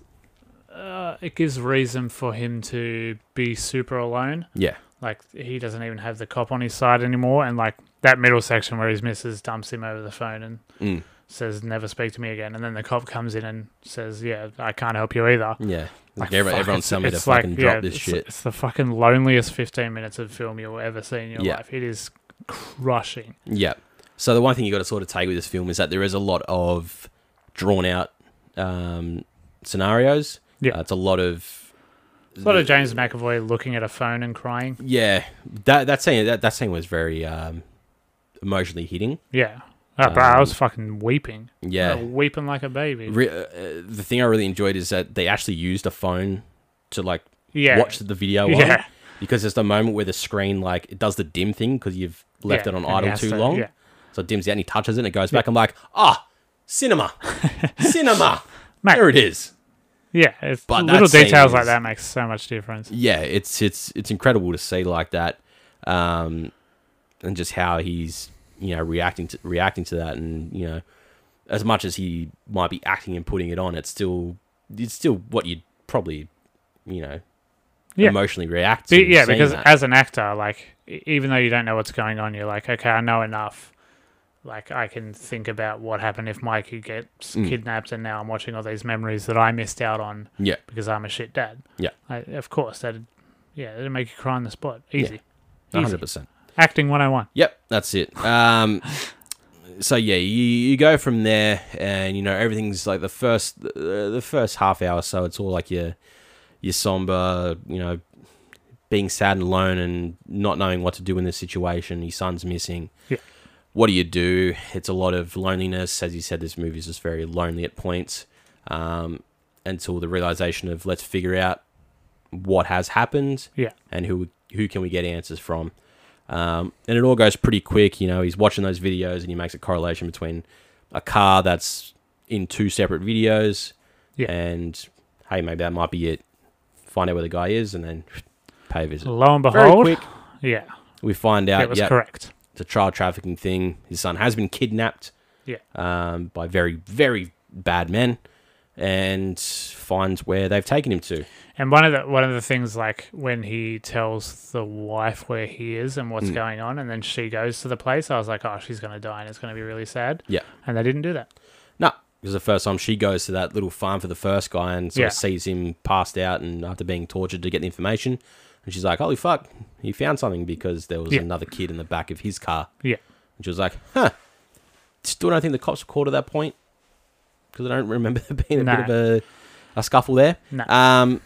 S2: uh, it gives reason for him to be super alone.
S1: Yeah,
S2: Like he doesn't even have the cop on his side anymore, and like that middle section where his missus dumps him over the phone and
S1: Mm.
S2: says, "Never speak to me again," and then the cop comes in and says, "Yeah, I can't help you either."
S1: yeah. Like,
S2: Like,
S1: every-
S2: fuck,
S1: everyone's
S2: it's-
S1: telling me to
S2: it's like,
S1: fucking
S2: yeah,
S1: drop this
S2: it's,
S1: shit.
S2: It's the fucking loneliest 15 minutes of film you'll ever see in your
S1: Yeah.
S2: life. It is crushing.
S1: Yeah. So the one thing you got to sort of take with this film is that there is a lot of drawn out um, scenarios.
S2: Yeah.
S1: Uh, it's a lot of
S2: It's a lot of James McAvoy looking at a phone and crying.
S1: yeah. That that scene that, that scene was very um, emotionally hitting.
S2: Yeah. Oh, bro,
S1: Um,
S2: I was fucking weeping.
S1: Yeah.
S2: Uh, weeping like a baby.
S1: Re- uh, uh, the thing I really enjoyed is that they actually used a phone to like
S2: yeah.
S1: watch the video on
S2: Yeah.
S1: because there's the moment where the screen like it does the dim thing because you've left
S2: Yeah,
S1: it on
S2: and he
S1: idle
S2: has
S1: too
S2: to-
S1: long.
S2: yeah.
S1: So it dims out and he touches it and it goes back. I'm like, ah, cinema, cinema.
S2: Mate.
S1: There it is.
S2: Yeah. It's
S1: But
S2: little
S1: that scene
S2: details like
S1: is-
S2: that makes so much difference.
S1: yeah, it's it's it's incredible to see like that, um, and just how he's you know reacting to reacting to that, and you know, as much as he might be acting and putting it on, it's still it's still what you'd probably you know
S2: Yeah.
S1: emotionally react to.
S2: Be- yeah,
S1: seeing
S2: because
S1: that.
S2: as an actor, like e- even though you don't know what's going on, you're like, okay, I know enough. Like I can think about what happened if Mikey gets
S1: Mm.
S2: kidnapped, and now I'm watching all these memories that I missed out on
S1: yeah,
S2: because I'm a shit dad.
S1: Yeah.
S2: I, of course that. Yeah, it'll make you cry on the spot. Easy.
S1: one
S2: Easy.
S1: hundred percent.
S2: Acting 101.
S1: Yep, that's it. Um, so yeah, you, you go from there, and you know everything's like the first the, the first half hour, so it's all like your your somber, you know, being sad and alone and not knowing what to do in this situation. Your son's missing.
S2: Yeah.
S1: What do you do? It's a lot of loneliness, as you said. This movie is just very lonely at points, um, until the realization of let's figure out what has happened
S2: Yeah.
S1: and who who can we get answers from. Um, and it all goes pretty quick. You know, he's watching those videos and he makes a correlation between a car that's in two separate videos
S2: Yeah.
S1: and, hey, maybe that might be it. Find out where the guy is and then pay a visit.
S2: Lo and
S1: Very
S2: behold,
S1: quick.
S2: yeah,
S1: We find
S2: it
S1: out,
S2: was
S1: yeah,
S2: correct.
S1: it's a child trafficking thing. His son has been kidnapped
S2: Yeah.
S1: um, by very, very bad men and finds where they've taken him to.
S2: And one of the one of the things like when he tells the wife where he is and
S1: Mm.
S2: what's going on, and then she goes to the place, I was like, oh, she's gonna die, and it's gonna be really sad.
S1: Yeah.
S2: And they didn't do that.
S1: No, because the first time she goes to that little farm for the first guy and sort of
S2: Yeah.
S1: sees him passed out and after being tortured to get the information, and she's like, "Holy fuck, he found something!" Because there was
S2: Yeah.
S1: another kid in the back of his car,
S2: Yeah.
S1: and she was like, "Huh." Still don't think the cops were called at that point because I don't remember there being a
S2: No.
S1: bit of a, a scuffle there.
S2: No.
S1: Um,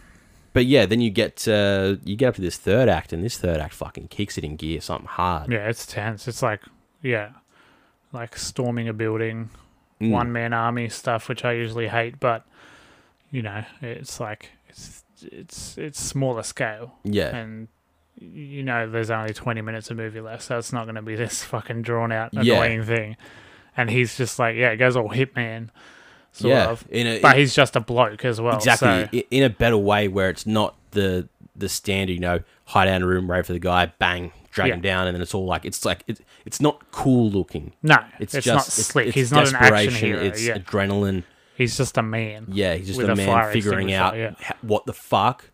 S1: but yeah, then you get uh, you get up to this third act, and this third act fucking kicks it in gear, something hard.
S2: Yeah, it's tense. It's like yeah. Like storming a building,
S1: Mm.
S2: one man army stuff, which I usually hate, but you know, it's like it's it's it's smaller scale.
S1: yeah,
S2: and y- you know there's only 20 minutes of movie left so it's not going to be this fucking drawn out
S1: Yeah.
S2: annoying thing and he's just like yeah it goes all hitman sort
S1: yeah.
S2: of
S1: In a-
S2: but he's just a bloke as well so,
S1: exactly I in a better way where it's not the the standard you know hide out in a room wait for the guy bang drag
S2: Yeah.
S1: him down and then it's all like it's like it, it's not cool looking
S2: no
S1: it's,
S2: it's,
S1: just
S2: not
S1: it's-
S2: slick
S1: it's
S2: he's not an action
S1: desperation,
S2: hero
S1: it's
S2: yeah
S1: adrenaline
S2: he's just a man
S1: yeah he's just
S2: With
S1: a
S2: a
S1: man
S2: fire
S1: figuring out
S2: extinguisher,
S1: ha- what the fuck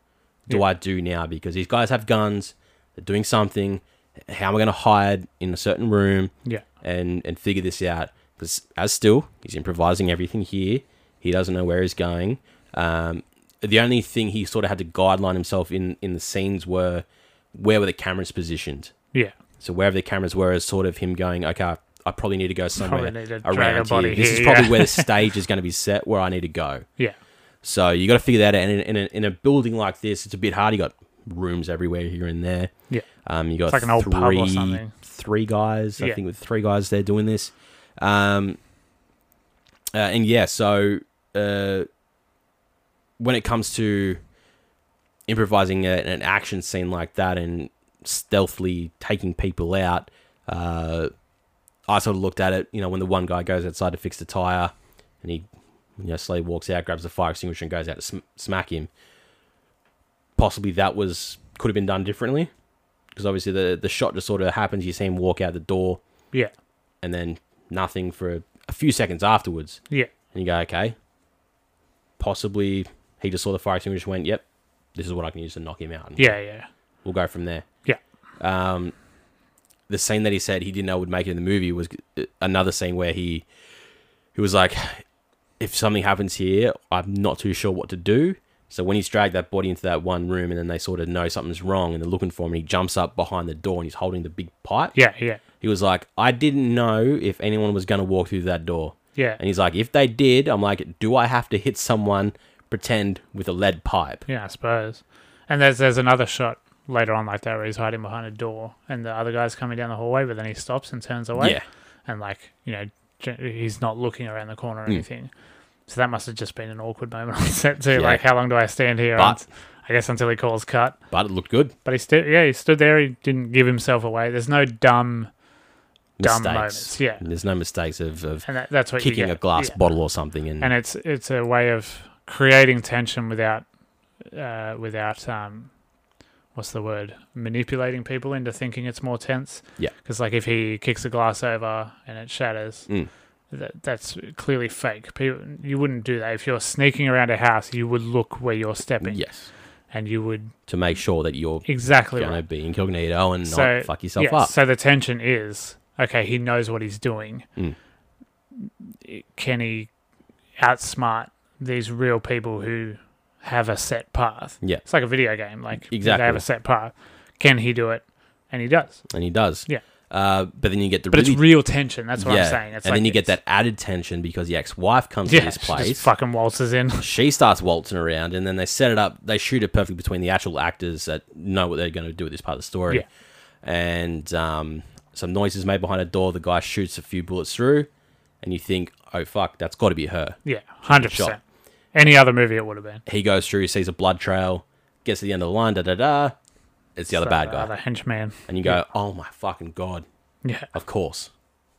S1: do
S2: Yeah.
S1: i do now because these guys have guns they're doing something how am i going to hide in a certain room
S2: yeah
S1: and and figure this out because as still he's improvising everything here he doesn't know where he's going um, the only thing he sort of had to guideline himself in in the scenes were where were the cameras positioned
S2: yeah
S1: so wherever the cameras were is sort of him going okay i probably need to go somewhere
S2: need to drag a
S1: around
S2: body
S1: here this is
S2: here,
S1: probably
S2: yeah."
S1: where the stage is going to be set where i need to go
S2: yeah
S1: so you got to figure that out and in, in, a, in a building like this it's a bit hard you got rooms everywhere here and there
S2: yeah
S1: um, you got
S2: It's like an old
S1: three,
S2: pub or something.
S1: three guys. I
S2: Yeah.
S1: think with three guys they're doing this. Um, uh, and yeah, so uh, when it comes to improvising a, an action scene like that and stealthily taking people out, uh, I sort of looked at it. You know, when the one guy goes outside to fix the tire, and he you know, slowly walks out, grabs the fire extinguisher, and goes out to sm- smack him. Possibly that was could have been done differently, because obviously the the shot just sort of happens. You see him walk out the door,
S2: yeah
S1: and then nothing for a, a few seconds afterwards,
S2: yeah
S1: and you go, okay. Possibly he just saw the fire extinguisher, and went, "Yep, this is what I can use to knock him out." and
S2: yeah yeah
S1: we'll go from there.
S2: Yeah.
S1: Um, the scene that he said he didn't know would make it in the movie was uh, another scene where he he was like, "If something happens here, I'm not too sure what to do." So when he's dragged that body into that one room, and then they sort of know something's wrong, and they're looking for him, and he jumps up behind the door, and he's holding the big pipe.
S2: yeah yeah
S1: He was like, "I didn't know if anyone was going to walk through that door."
S2: yeah
S1: And he's like, "If they did, I'm like, do I have to hit someone? Pretend with a lead pipe?"
S2: yeah i suppose and there's there's another shot later on like that where he's hiding behind a door and the other guy's coming down the hallway, but then he stops and turns away.
S1: Yeah.
S2: And like, you know, gen- he's not looking around the corner or
S1: Mm.
S2: anything. So that must have just been an awkward moment on set too.
S1: Yeah.
S2: Like, how long do I stand here?
S1: But-
S2: Unt- I guess until he calls cut.
S1: But it looked good.
S2: But he stood, yeah, he stood there. He didn't give himself away. There's no dumb,
S1: Mistakes.
S2: dumb moments. Yeah,
S1: There's no mistakes of, of
S2: and that, that's what you
S1: kicking
S2: get.
S1: a glass
S2: Yeah.
S1: bottle or something. And,
S2: And it's it's a way of creating tension without, uh, without um, what's the word? Manipulating people into thinking it's more tense.
S1: Yeah.
S2: Because like if he kicks a glass over and it shatters.
S1: Mm.
S2: That, that's clearly fake. People, you wouldn't do that. If you're sneaking around a house, you would look where you're stepping,
S1: yes,
S2: and you would
S1: to make sure that you're
S2: exactly
S1: going
S2: right.
S1: to be incognito and
S2: So,
S1: not fuck yourself
S2: Yeah,
S1: up.
S2: So the tension is okay. He knows what he's doing.
S1: Mm.
S2: Can he outsmart these real people who have a set path?
S1: Yeah.
S2: it's like a video game. Like
S1: Exactly.
S2: they have a set path. Can he do it? And he does.
S1: and he does.
S2: Yeah.
S1: Uh, but then you get the
S2: But
S1: really
S2: it's real tension. That's what I'm saying. It's
S1: and
S2: like
S1: then you get
S2: it's-
S1: that added tension because the ex-wife comes
S2: Yeah,
S1: to this
S2: she
S1: place.
S2: just fucking waltzes in.
S1: she starts waltzing around, and then they set it up. They shoot it perfectly between the actual actors that know what they're going to do with this part of the story.
S2: Yeah.
S1: And um, some noises made behind a door. The guy shoots a few bullets through, and you think, "Oh fuck, that's got to be her."
S2: Yeah, hundred percent. Any other movie, it would have been.
S1: He goes through, sees a blood trail, gets to the end of the line. Da da da. It's the other
S2: So,
S1: bad
S2: uh,
S1: guy,
S2: the henchman.
S1: and you go, "Oh my fucking god."
S2: Yeah,
S1: Of course.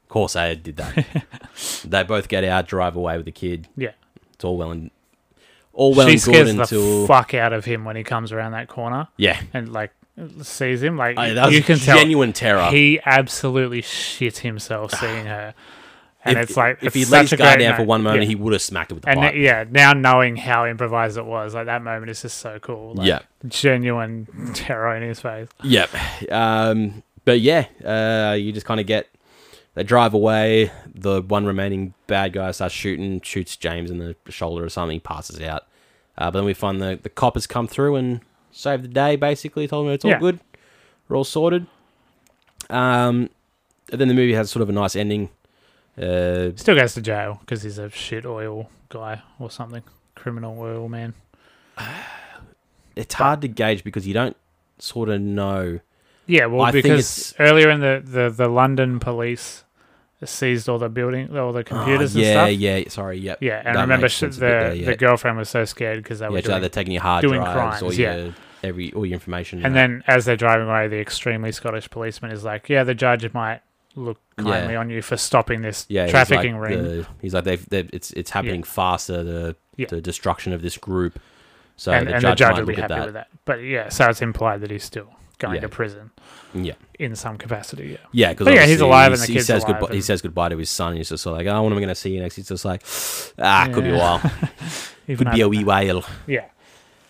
S1: Of course I did that. they both get out, drive away with the kid.
S2: yeah.
S1: It's all well and all well
S2: she
S1: and good
S2: scares
S1: until
S2: the fuck out of him when he comes around that corner.
S1: Yeah.
S2: and like sees him like
S1: I, that was
S2: you can tell
S1: genuine terror.
S2: he absolutely shit himself seeing her and
S1: if,
S2: it's like
S1: if
S2: it's
S1: he
S2: such
S1: lays
S2: a
S1: guy
S2: great
S1: down for
S2: moment.
S1: one moment,
S2: yeah.
S1: he would have smacked it with the
S2: and
S1: pipe.
S2: th- yeah now knowing how improvised it was like that moment is just so cool like,
S1: Yeah.
S2: genuine terror in his face
S1: Yep. Um, but yeah, uh, you just kind of get they drive away. The one remaining bad guy starts shooting, shoots James in the shoulder or something, he passes out. Uh, but then we find the the cop has come through and saved the day. Basically, told him it's all
S2: Yeah.
S1: good, we're all sorted. Um, and then the movie has sort of a nice ending. Uh,
S2: still goes to jail because he's a shit oil guy or something criminal oil man
S1: it's hard to gauge because you don't sort of know.
S2: yeah well
S1: I think
S2: because
S1: it's-
S2: earlier in the, the the london police seized all the building all the
S1: Oh,
S2: computers and
S1: yeah,
S2: stuff
S1: yeah, sorry, yep.
S2: Yeah, and
S1: That
S2: remember
S1: makes
S2: sh- the
S1: sense a bit there, yeah.
S2: the girlfriend was so scared because they
S1: Yeah,
S2: were
S1: so
S2: doing,
S1: they're taking your hard
S2: doing
S1: drives, or
S2: crimes,
S1: your
S2: yeah.
S1: every all your information.
S2: and
S1: uh,
S2: then as they're driving away, the extremely Scottish policeman is like, "Yeah, the judge might look kindly on you for stopping this
S1: yeah, he's
S2: trafficking
S1: like
S2: ring."
S1: the- he's like they've, they've it's it's happening faster the
S2: Yeah.
S1: the destruction of this group. So
S2: and
S1: the,
S2: and
S1: judge
S2: the judge
S1: might
S2: would be
S1: look at
S2: happy
S1: that.
S2: with that. But yeah, so it's implied that he's still going
S1: Yeah.
S2: to prison
S1: Yeah,
S2: in some capacity. Yeah,
S1: yeah, because
S2: But yeah, he's alive and the
S1: he
S2: kid's
S1: says
S2: alive
S1: goodbye. He
S2: and-
S1: says goodbye to his son. He's just like, oh, when am I going to see you next? He's just like, ah, could be a
S2: Yeah.
S1: while,
S2: Even
S1: could be
S2: though-
S1: a wee while.
S2: yeah.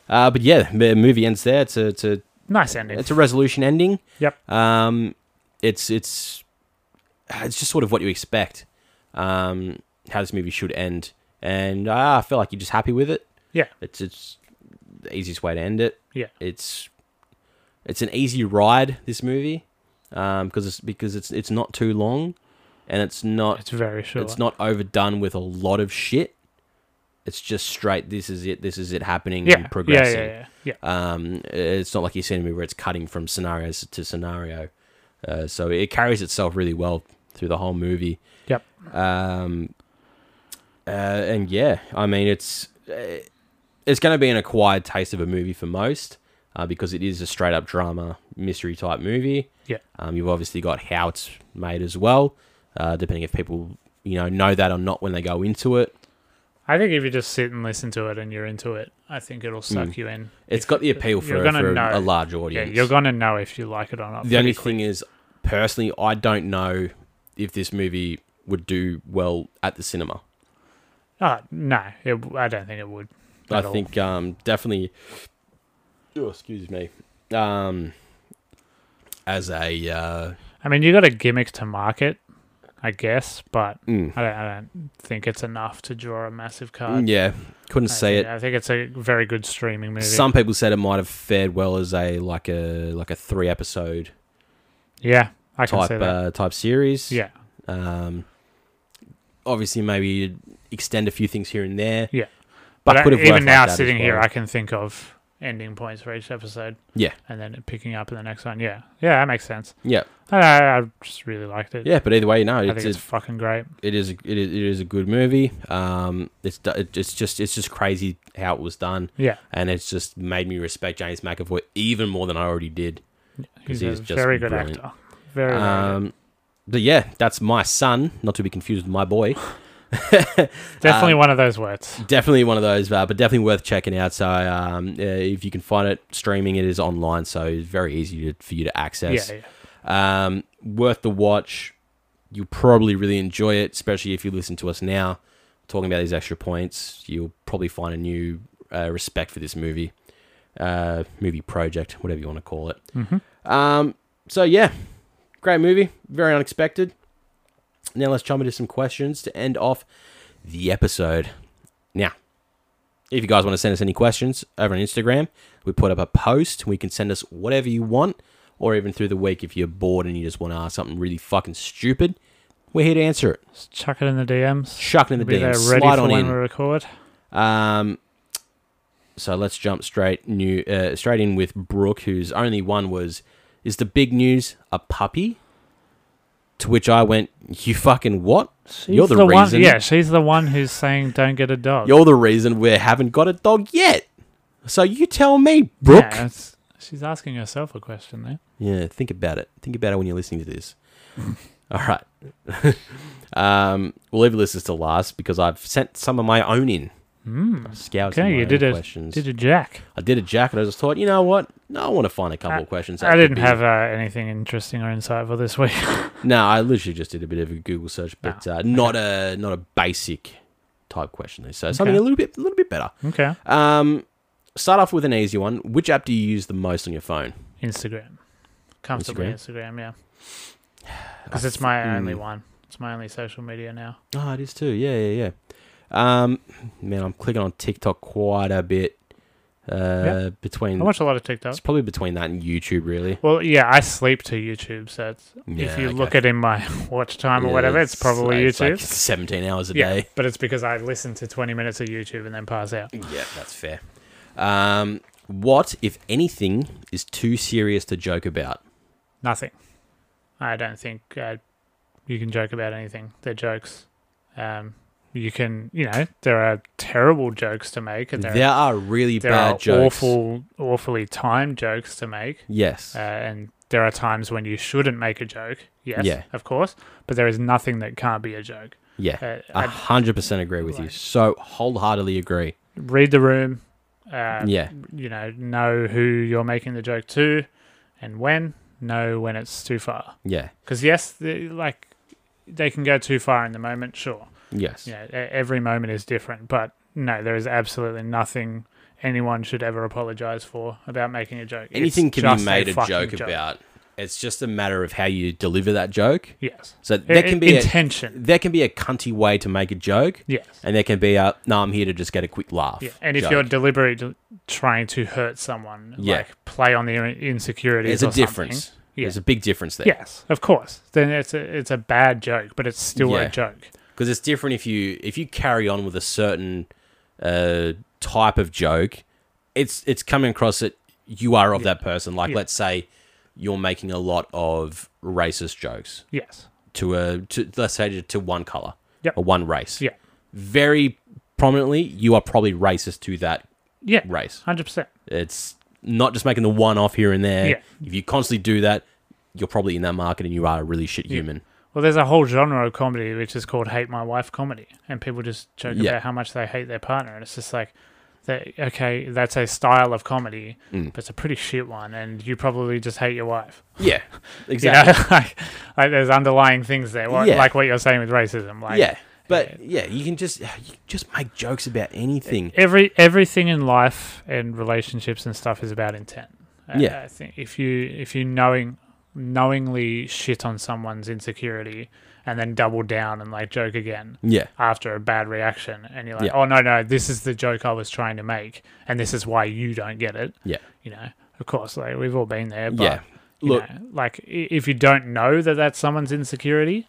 S1: Uh, but yeah, the movie ends there. It's a it's a
S2: Nice ending.
S1: it's a resolution ending.
S2: Yep.
S1: Um, it's it's it's just sort of what you expect. Um, how this movie should end, and uh, I feel like you're just happy with it.
S2: Yeah.
S1: It's it's the easiest way to end it.
S2: Yeah.
S1: It's it's an easy ride. This movie, um, because it's because it's it's not too long, and it's not
S2: It's very short.
S1: it's not overdone with a lot of shit. It's just straight. This is it. This is it happening
S2: yeah.
S1: and progressing.
S2: Yeah, yeah, yeah, yeah.
S1: Um, it's not like you see in a movie where it's cutting from scenario s- to scenario. Uh, so it carries itself really well through the whole movie.
S2: Yep.
S1: Um, uh, and yeah, I mean it's uh, it's going to be an acquired taste of a movie for most uh, because it is a straight up drama mystery type movie.
S2: Yeah.
S1: Um, you've obviously got how it's made as well, uh, depending if people you know know that or not when they go into it.
S2: I think if you just sit and listen to it and you're into it, I think it'll suck you in.
S1: Mm. It's got the appeal for,
S2: you're gonna
S1: for
S2: know.
S1: a large
S2: Yeah,
S1: audience.
S2: you're gonna know if you like it or not.
S1: The only
S2: pretty quick.
S1: thing is, personally, I don't know if this movie would do well at the cinema.
S2: Uh, no, it, I don't think it would.
S1: I
S2: at all.
S1: think um, definitely. Oh, excuse me. Um, as a uh,
S2: I mean, you got a gimmick to market, I guess, but
S1: mm,
S2: I don't, I don't think it's enough to draw a massive card.
S1: yeah, couldn't
S2: I
S1: Mm, say
S2: think,
S1: it.
S2: I think it's a very good streaming movie.
S1: Some people said it might have fared well as a like a like a three episode
S2: yeah, I can
S1: type
S2: see that.
S1: uh, type series.
S2: yeah,
S1: Um, obviously, maybe extend a few things here and there.
S2: Yeah.
S1: But,
S2: but, I-
S1: could have worked
S2: even now,
S1: like that as
S2: sitting here,
S1: well.
S2: I can think of ending points for each episode.
S1: Yeah.
S2: And then picking up in the next one. Yeah. Yeah, that makes sense.
S1: Yeah.
S2: I, I I just really liked it.
S1: Yeah, but either way, no,
S2: I
S1: it's,
S2: think it's,
S1: it's
S2: fucking great.
S1: it is it is it is a good movie. Um, it's do- it's just it's just crazy how it was done,
S2: Yeah.
S1: and it's just made me respect James McAvoy even more than I already did.
S2: He's,
S1: he's
S2: a
S1: just
S2: very good
S1: brilliant.
S2: actor. Very, very good.
S1: Um, but yeah, that's my son, not to be confused with my boy. uh,
S2: Definitely one of those words.
S1: Definitely one of those, uh, but definitely worth checking out. So um, uh, if you can find it streaming, it is online, so it's very easy to, for you to access.
S2: Yeah, yeah.
S1: Um, worth the watch. You'll probably really enjoy it, especially if you listen to us now talking about these extra points. You'll probably find a new uh, respect for this movie, uh, movie project, whatever you want to call it.
S2: Mm-hmm.
S1: Um, so yeah, great movie, very unexpected. Now let's jump into some questions to end off the episode. Now, if you guys want to send us any questions over on Instagram, we put up a post. We can send us whatever you want, or even through the week if you're bored and you just want to ask something really fucking stupid. We're here to answer it.
S2: Just chuck it in the DMs.
S1: Chuck it in the
S2: Be there
S1: DMs.
S2: ready
S1: Slide
S2: for
S1: on
S2: when
S1: in.
S2: we record.
S1: Um, so let's jump straight new uh, straight in with Brooke, whose only one was, "Is the big news a puppy?" To which I went, "You fucking what? You're the, reason.
S2: one. Yeah, she's the one who's saying don't get a dog.
S1: You're the reason we haven't got a dog yet." So you tell me, Brooke.
S2: Yeah, it's- she's asking herself a question there.
S1: Yeah, think about it. Think about it when you're listening to this. All right. um, we'll leave this to last because I've sent some of my own in.
S2: Mm.
S1: Scouts
S2: Okay, you did a-
S1: questions.
S2: Did a jack?
S1: I did a jacket. I just thought, you know what? No, I want to find a couple
S2: I-
S1: of questions. that
S2: I
S1: could
S2: didn't
S1: be-
S2: have uh, anything interesting or insightful this week.
S1: No, I literally just did a bit of a Google search, but
S2: Ah,
S1: uh, not a not a basic type question. So something
S2: Okay.
S1: a little bit a little bit better.
S2: okay.
S1: Um, start off with an easy one. Which app do you use the most on your phone?
S2: Instagram. Comfortably Instagram, yeah. Because it's my
S1: Mm.
S2: only one. It's my only social media now.
S1: Oh, it is too. Yeah, yeah, yeah. Um, man, I'm clicking on TikTok quite a bit. Uh, between
S2: I watch a lot of
S1: it's
S2: TikTok.
S1: probably between that and YouTube, really.
S2: Well, yeah, I sleep to YouTube, so it's, if
S1: Yeah,
S2: you
S1: okay.
S2: look at in my watch time
S1: Yeah,
S2: or whatever, it's probably
S1: it's like
S2: YouTube.
S1: 17 hours a
S2: yeah,
S1: day.
S2: but it's because I listen to 20 minutes of YouTube and then pass out.
S1: Yeah, that's fair. Um, what, if anything, is too serious to joke about?
S2: Nothing. I don't think uh, you can joke about anything. They're jokes. Um, you can, you know, there are terrible jokes to make, and there,
S1: There are really
S2: there
S1: bad
S2: are
S1: jokes.
S2: awful, awfully timed jokes to make.
S1: Yes.
S2: Uh, and there are times when you shouldn't make a joke. Yes,
S1: Yeah.
S2: of course. But there is nothing that can't be a joke.
S1: yeah.
S2: Uh,
S1: A
S2: I
S1: hundred percent agree with you.
S2: like-
S1: So wholeheartedly agree.
S2: read the room. Uh,
S1: Yeah.
S2: You know, know who you're making the joke to, and when. Know when it's too far.
S1: Yeah.
S2: Because yes, the, like they can go too far in the moment. Sure.
S1: Yes.
S2: you know, e- every moment is different, but no, there is absolutely nothing anyone should ever apologize for about making a joke. It's
S1: Anything can
S2: just
S1: be made a
S2: fucking
S1: joke, about. It's just a matter of how you deliver that joke.
S2: Yes. E-,
S1: So there can be a,
S2: intention.
S1: there can be a cunty way to make a joke,
S2: yes.
S1: and there can be a no. I'm here to just get a quick laugh.
S2: Yeah. And if
S1: joke.
S2: you're deliberately trying to hurt someone,
S1: Yeah.
S2: like play on their insecurities,
S1: there's a
S2: or something,
S1: difference.
S2: Yeah.
S1: There's a big difference there.
S2: Yes, of course. Then it's a it's a bad joke, but it's still
S1: Yeah.
S2: a joke.
S1: because it's different if you if you carry on with a certain uh, type of joke it's it's coming across that you are of that person like
S2: Yeah.
S1: let's say you're making a lot of racist jokes
S2: Yes.
S1: to a to let's say to, to one color
S2: Yep.
S1: or one race
S2: Yeah.
S1: very prominently you are probably racist to that
S2: Yeah.
S1: race
S2: Hundred percent.
S1: it's not just making the one off here and there
S2: Yeah.
S1: if you constantly do that you're probably in that market and you are a really shit human
S2: Well, there's a whole genre of comedy which is called "hate my wife" comedy, and people just joke
S1: Yeah.
S2: about how much they hate their partner, and it's just like, that, okay, that's a style of comedy,
S1: Mm.
S2: but it's a pretty shit one, and you probably just hate your wife.
S1: yeah
S2: You
S1: exactly
S2: know, like, like there's underlying things there, what,
S1: Yeah.
S2: like what you're saying with racism. Like,
S1: yeah, but yeah, you can just you can just make jokes about anything.
S2: every everything in life and relationships and stuff is about intent. I-
S1: Yeah.
S2: I think if you if you knowing knowingly shit on someone's insecurity and then double down and like joke again
S1: Yeah,
S2: after a bad reaction and you're like,
S1: Yeah.
S2: oh no no, this is the joke I was trying to make, and this is why you don't get it.
S1: yeah,
S2: You know, of course, like we've all been there. But,
S1: yeah.
S2: you
S1: Look,
S2: know, like i- if you don't know that that's someone's insecurity,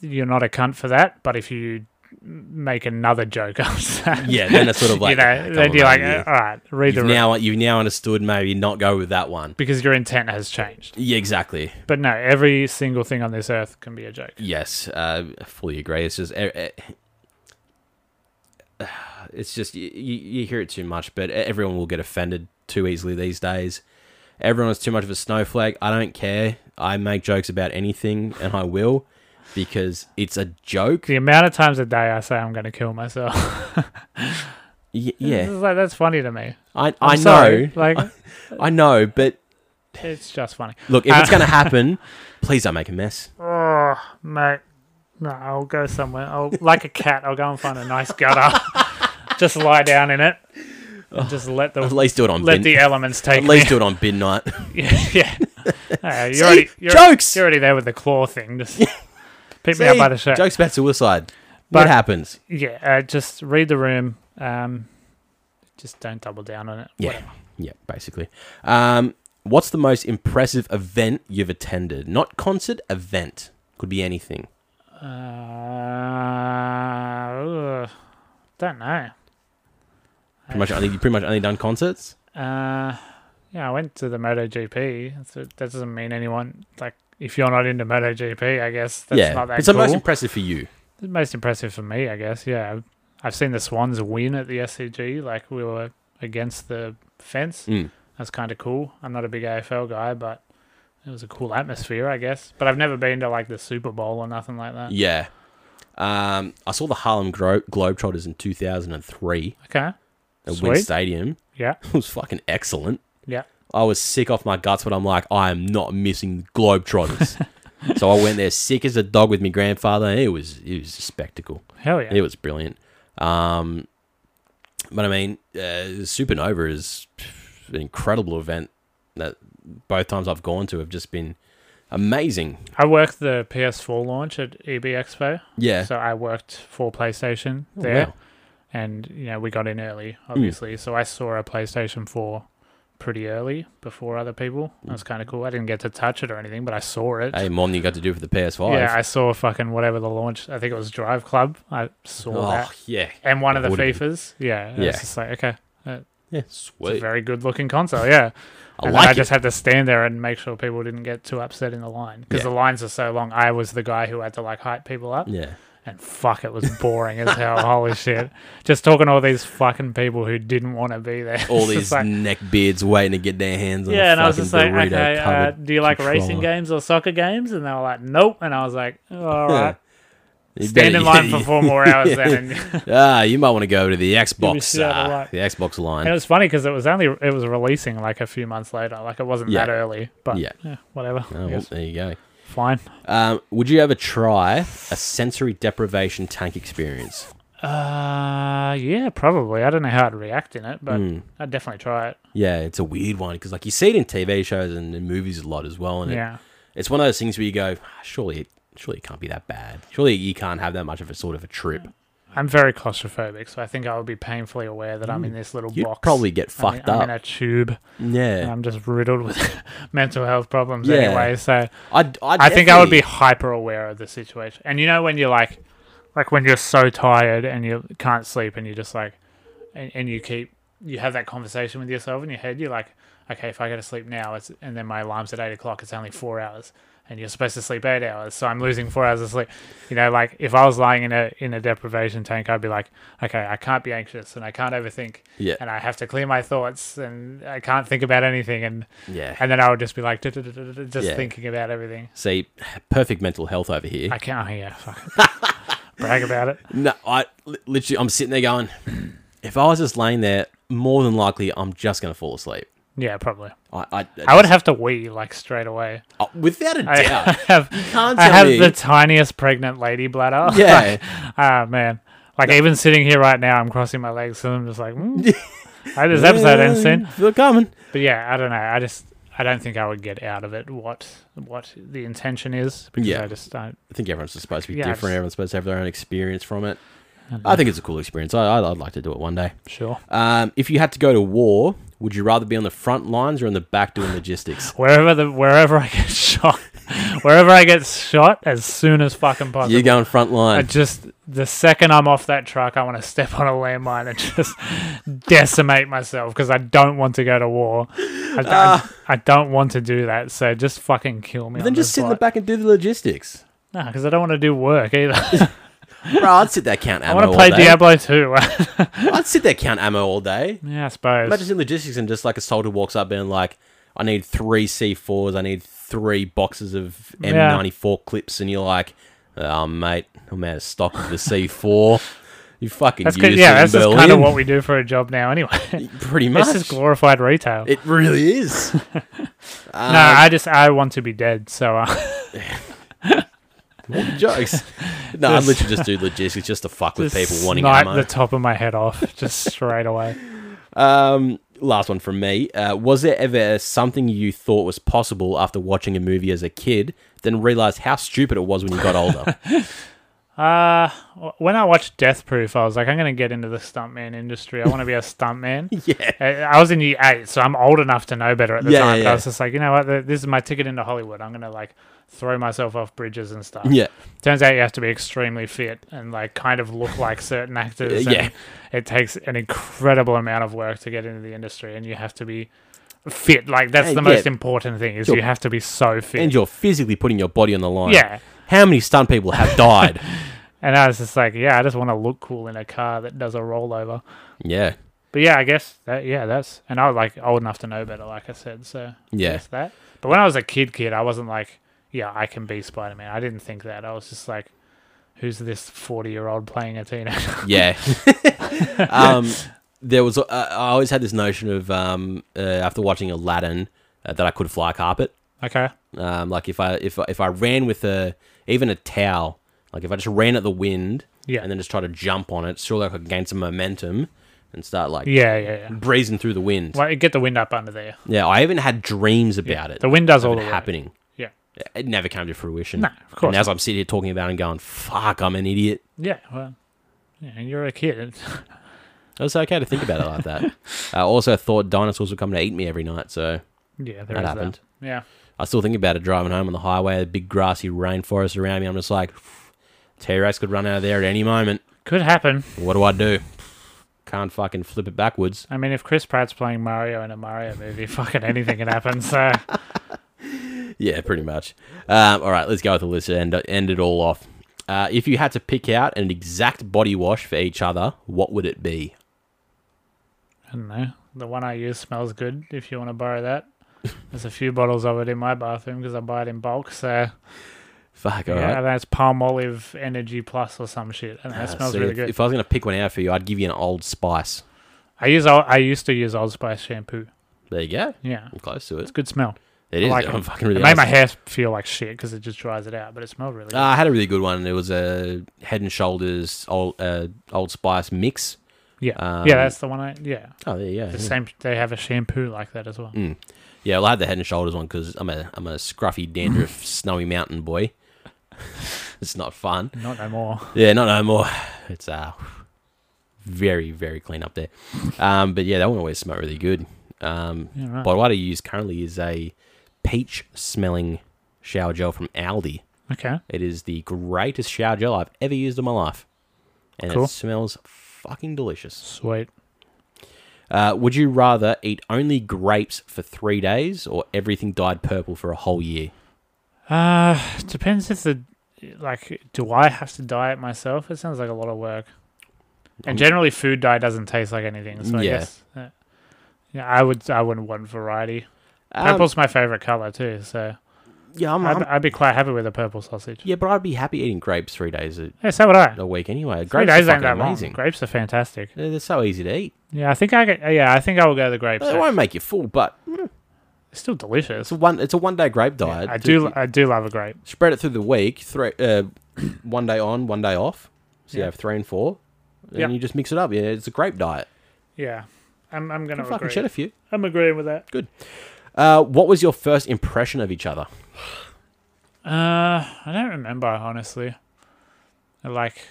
S2: you're not a cunt for that. But if you make another joke after that.
S1: Yeah, then it's sort of like
S2: you know,
S1: "Ah,
S2: then
S1: come
S2: you're
S1: on,
S2: like,
S1: you-
S2: all right, read the
S1: you've
S2: room
S1: now you've now understood maybe not go with that one.
S2: because your intent has changed.
S1: Yeah, exactly.
S2: But no, every single thing on this earth can be a joke.
S1: Yes, uh, I fully agree. It's just, eh, eh, it's just you, you hear it too much, but e, everyone will get offended too easily these days. Everyone is too much of a snowflake. I don't care. I make jokes about anything, and I will, because it's a joke.
S2: The amount of times a day I say I'm going to kill myself.
S1: Y-
S2: It's
S1: yeah,
S2: just like, that's funny to me.
S1: I
S2: I'm
S1: I
S2: sorry.
S1: know,
S2: Like,
S1: I know, but
S2: it's just funny.
S1: look, if it's
S2: Uh,
S1: gonna happen, please don't make a mess.
S2: Oh, mate. No, I'll go somewhere. I'll like a cat. I'll go and find a nice gutter. just lie down in it.
S1: Oh,
S2: And just let the
S1: At least do it on bin.
S2: let the elements take
S1: at least do it on bin night.
S2: me. yeah, yeah. Hey, you're
S1: See?
S2: already, you're,
S1: Jokes!
S2: You're already there with the claw thing. Just pick me up
S1: See?
S2: by the shirt.
S1: Jokes about suicide. what
S2: But-
S1: happens?
S2: Yeah, uh, just read the room. Um, just don't double down on it.
S1: Yeah.
S2: Whatever.
S1: Yeah, basically. Um, what's the most impressive event you've attended? Not concert, event. Could be anything.
S2: Uh, ugh, don't know.
S1: Pretty much only you pretty much only done concerts.
S2: Uh, yeah, I went to the MotoGP. So that doesn't mean anyone like if you're not into MotoGP, I guess that's
S1: yeah,
S2: not that
S1: it's
S2: cool.
S1: the most impressive for you.
S2: The most impressive for me, I guess. Yeah, I've- I've seen the Swans win at the SCG. Like we were against the fence.
S1: Mm.
S2: That's kind of cool. I'm not a big AFL guy, but it was a cool atmosphere, I guess. But I've never been to like the Super Bowl or nothing like that.
S1: Yeah. Um, I saw the Harlem Gro- Globetrotters in 2003
S2: Okay.
S1: at Wynn
S2: Sweet.
S1: Stadium.
S2: Yeah.
S1: It was fucking excellent.
S2: Yeah.
S1: I was sick off my guts, but I'm like, I am not missing the Globetrotters. so I went there sick as a dog with my grandfather. and It was it was a spectacle.
S2: Hell yeah.
S1: It was brilliant. Um, but I mean, uh, Supernova is an incredible event that both times I've gone to have just been amazing.
S2: I worked the PS4 launch at EB Expo.
S1: Yeah.
S2: So I worked for PlayStation
S1: Oh,
S2: there.
S1: wow. Hmm.
S2: and you know we got in early obviously so i saw a playstation 4 pretty early before other people that was kind of cool i didn't get to touch it or anything but i saw it
S1: Hmm. Hey, more than you got to do for the PS5.
S2: yeah i saw fucking whatever the launch i think it was drive club i saw
S1: oh,
S2: that
S1: yeah.
S2: and one of
S1: That
S2: the
S1: would've
S2: fifas yeah it's
S1: Yeah.
S2: just like okay
S1: Yeah,
S2: it's a
S1: sweet.
S2: very good looking console yeah
S1: I
S2: and
S1: like
S2: then i
S1: it.
S2: just had to stand there and make sure people didn't get too upset in the line because
S1: Yeah.
S2: the lines are so long i was the guy who had to like hype people up
S1: yeah.
S2: and fuck, it was boring as hell. Holy shit! Just talking to all these fucking people who didn't want to be there.
S1: All
S2: It's just
S1: these
S2: like-
S1: neckbeards waiting to get their hands on
S2: yeah,
S1: a
S2: and I was
S1: fucking
S2: just like,
S1: burrito
S2: okay, uh,
S1: covered.
S2: do you like racing
S1: controller.
S2: games or soccer games? And they were like, nope. And I was like, all
S1: Yeah.
S2: right,
S1: You
S2: stand
S1: better-
S2: in line for four more hours then. And,
S1: ah, you might want to go to the Xbox,
S2: see how they
S1: uh,
S2: like.
S1: the Xbox
S2: and it
S1: line.
S2: was funny because it was only it was releasing like a few months later. Like it wasn't
S1: Yeah.
S2: that early, but
S1: Yeah.
S2: yeah, whatever.
S1: Oh,
S2: I
S1: well,
S2: guess.
S1: there you go.
S2: Fine.
S1: Um, would you ever try a sensory deprivation tank experience?
S2: Uh, yeah, probably. I don't know how I'd react in it, but
S1: Mm.
S2: I'd definitely try it.
S1: Yeah, it's a weird one because like you see it in TV shows and in movies a lot as well, and it,
S2: Yeah.
S1: it's one of those things where you go, "Ah, surely, it, surely it can't be that bad. Surely you can't have that much of a sort of a trip.
S2: I'm very claustrophobic, so I think I would be painfully aware that I'm in this little
S1: You'd
S2: box.
S1: Mm. probably get
S2: I'm in-
S1: fucked
S2: I'm in
S1: up.
S2: a tube. and
S1: yeah,
S2: I'm just riddled with mental health problems
S1: Yeah.
S2: anyway. So
S1: I'd, I'd
S2: I think I would be
S1: definitely-
S2: hyper aware of the situation. And you know when you're like, like when you're so tired and you can't sleep and you're just like, and, and you keep you have that conversation with yourself in your head. You're like, okay, if I go to sleep now, it's and then my alarm's at eight o'clock. It's only four hours, and you're supposed to sleep eight hours, so I'm losing four hours of sleep. You know, like if I was lying in a in a deprivation tank, I'd be like, okay, I can't be anxious and I can't overthink,
S1: Yeah.
S2: and I have to clear my thoughts and I can't think about anything, and
S1: Yeah.
S2: and then I would just be like, "Du-du-du-du-du," just
S1: Yeah.
S2: thinking about everything.
S1: See, perfect mental health over here.
S2: I can't hear. Fuck it. Brag about it.
S1: No, I li- literally, I'm sitting there going, if I was just laying there, more than likely, I'm just gonna fall asleep.
S2: Yeah, probably.
S1: I, I,
S2: I would have to wee like straight away.
S1: uh, without a
S2: I
S1: doubt.
S2: have,
S1: can't
S2: I
S1: tell
S2: have
S1: me-
S2: the tiniest pregnant lady bladder.
S1: Yeah.
S2: Ah man. Like even sitting here right now, I'm crossing my legs and I'm just like, mm. I, this episode ends soon.
S1: Feel Uh, coming.
S2: But yeah, I don't know. I just I don't think I would get out of it what what the intention is because
S1: Yeah.
S2: I just don't.
S1: I think everyone's just supposed to be
S2: Yeah,
S1: different.
S2: just-
S1: Everyone's supposed to have their own experience from it. I think it's a cool experience. I, I'd, I'd like to do it one day.
S2: Sure.
S1: Um, if you had to go to war, would you rather be on the front lines or in the back doing logistics?
S2: Wherever the wherever I get shot, wherever I get shot, as soon as fucking possible.
S1: You're going front
S2: I
S1: line.
S2: just the second I'm off that truck, I want to step on a landmine and just decimate myself because I don't want to go to war. I, don't-
S1: Ah.
S2: I don't want to do that. So just fucking kill me.
S1: But then just sit in the back and do the logistics.
S2: No, because I don't want to do work either.
S1: Bro, I'd sit there count
S2: I
S1: ammo
S2: want to
S1: all
S2: play
S1: day.
S2: Diablo 2.
S1: I'd sit there count ammo all day.
S2: yeah, I suppose.
S1: Imagine in logistics and just like a soldier walks up and like, I need three C4s, I need three boxes of
S2: Yeah.
S1: M94 clips, and you're like, oh mate, I'm out of stock of the C4. You fucking
S2: that's
S1: that's
S2: good.
S1: useless
S2: Yeah, that's
S1: in
S2: just
S1: Berlin.
S2: kind of what we do for a job now, anyway.
S1: Pretty much.
S2: this is glorified retail.
S1: it uh, really is.
S2: no, I just I want to be dead. So uh,
S1: What jokes? No, I
S2: Just-
S1: literally just do logistics just to fuck with
S2: just
S1: people wanting
S2: snipe
S1: ammo.
S2: the top of my head off just straight away.
S1: Um, last one from me. Uh, was there ever something you thought was possible after watching a movie as a kid, then realized how stupid it was when you got older?
S2: Uh, w- when I watched Death Proof, I was like, I'm going to get into the stuntman industry. I want to be a stuntman.
S1: yeah.
S2: I I was in year eight, so I'm old enough to know better at the
S1: Yeah,
S2: time.
S1: yeah,
S2: But
S1: yeah.
S2: I was just like, you know what? th- This is my ticket into Hollywood. I'm going to like throw myself off bridges and stuff.
S1: Yeah.
S2: Turns out you have to be extremely fit and like kind of look like certain actors.
S1: Yeah.
S2: and It takes an incredible amount of work to get into the industry, and you have to be fit. Like that's
S1: Hey,
S2: the
S1: yeah.
S2: most important thing is
S1: Sure.
S2: you have to be so fit.
S1: And you're physically putting your body on the line.
S2: yeah.
S1: How many stunt people have died?
S2: And I was just like, yeah, I just want to look cool in a car that does a rollover.
S1: yeah.
S2: But yeah, I guess that yeah, that's and I was like old enough to know better, like I said. So
S1: Yeah.
S2: there's that. But when I was a kid, kid, I wasn't like, yeah, I can be Spider Man. I didn't think that. I was just like, who's this forty year old playing a teenager?
S1: Yeah. um, there was. Uh, I always had this notion of um, uh, after watching Aladdin uh, that I could fly carpet.
S2: okay,
S1: Um, like if I if I- if I ran with a even a towel, like if I just ran at the wind,
S2: Yeah.
S1: and then just try to jump on it, surely I could gain some momentum and start like
S2: yeah, yeah, yeah.
S1: breezing through the wind.
S2: Well, you get the wind up under there.
S1: Yeah, I even had dreams about it.
S2: The wind does
S1: of
S2: all
S1: it
S2: the work.
S1: happening.
S2: Yeah,
S1: It never came to fruition.
S2: No, of course
S1: And as I'm sitting here talking about it and going, "Fuck, I'm an idiot."
S2: yeah. Well, yeah, and you're a kid.
S1: It's okay to think about it like that. I also thought dinosaurs would come to eat me every night, so
S2: yeah, there
S1: that
S2: is
S1: happened.
S2: that. Yeah,
S1: I still think about it driving home on the highway, the big grassy rainforest around me. I'm just like, T-Rex could run out of there at any moment.
S2: could happen.
S1: What do I do? Can't fucking flip it backwards.
S2: I mean, if Chris Pratt's playing Mario in a Mario movie, fucking anything can happen. So
S1: Yeah, pretty much. Um, all right, let's go with the list and end it all off. Uh, if you had to pick out an exact body wash for each other, what would it be?
S2: I don't know. The one I use smells good. If you want to borrow that, there's a few bottles of it in my bathroom because I buy it in bulk. So
S1: Fuck, all right.
S2: yeah, that's palm olive energy plus or some shit, and that
S1: Uh,
S2: smells
S1: see,
S2: really
S1: if,
S2: good.
S1: If I was gonna pick one out for you, I'd give you an Old Spice.
S2: I use Ol- I used to use Old Spice shampoo.
S1: There you go.
S2: Yeah,
S1: I'm close to it.
S2: it's good smell.
S1: It
S2: I
S1: is.
S2: like
S1: I'm
S2: it.
S1: fucking really.
S2: it made my
S1: honest.
S2: hair feel like shit because it just dries it out, but it smelled really. good.
S1: Uh, I had a really good one. It was a Head and Shoulders Old uh, Old Spice mix.
S2: yeah,
S1: um,
S2: yeah, that's the one. I yeah,
S1: Oh, there you go.
S2: the
S1: yeah.
S2: same. They have a shampoo like that as well.
S1: Mm. Yeah, well, I had the head and shoulders one because I'm a I'm a scruffy, dandruff, snowy mountain boy. it's not fun.
S2: Not no more.
S1: Yeah, not no more. It's uh very very clean up there. Um, but yeah, that one always smelled really good. Um,
S2: Yeah, right.
S1: but what I use currently is a peach smelling shower gel from Aldi.
S2: Okay,
S1: It is the greatest shower gel I've ever used in my life, and
S2: Cool.
S1: it smells fucking delicious.
S2: sweet.
S1: Uh, would you rather eat only grapes for three days or everything dyed purple for a whole year?
S2: Uh, depends if the like. Do I have to dye it myself? It sounds like a lot of work.
S1: Um,
S2: And generally, food dye doesn't taste like anything. So I
S1: Yeah.
S2: guess. uh, yeah, I would. I wouldn't want variety.
S1: Um,
S2: Purple's my favorite color too, so
S1: Yeah, I'm,
S2: I'd,
S1: I'm-
S2: I'd be quite happy with a purple sausage. Yeah,
S1: yeah, but I'd be happy eating grapes three days a,
S2: so would I.
S1: a week anyway.
S2: Three
S1: Grapes
S2: days
S1: are
S2: ain't
S1: fucking
S2: that
S1: amazing.
S2: long. Grapes are fantastic.
S1: They're, they're so easy to eat.
S2: Yeah, I think I. Could, yeah, I think I will go the grapes.
S1: They
S2: though.
S1: won't make you full, but
S2: It's still
S1: it's
S2: delicious.
S1: a one. It's a one day grape
S2: Yeah,
S1: diet.
S2: I
S1: Th-
S2: do.
S1: you
S2: I do love a grape.
S1: spread it through the week. Three, uh, one day on, one day off. So you
S2: Yeah.
S1: have three and four, and
S2: Yeah.
S1: you just mix it up. Yeah, it's a grape diet.
S2: Yeah, I'm. I'm
S1: You
S2: gonna
S1: fucking
S2: agree.
S1: shed a few.
S2: I'm agreeing with that.
S1: Uh, what was your first impression of each other?
S2: Uh, I don't remember honestly. Like,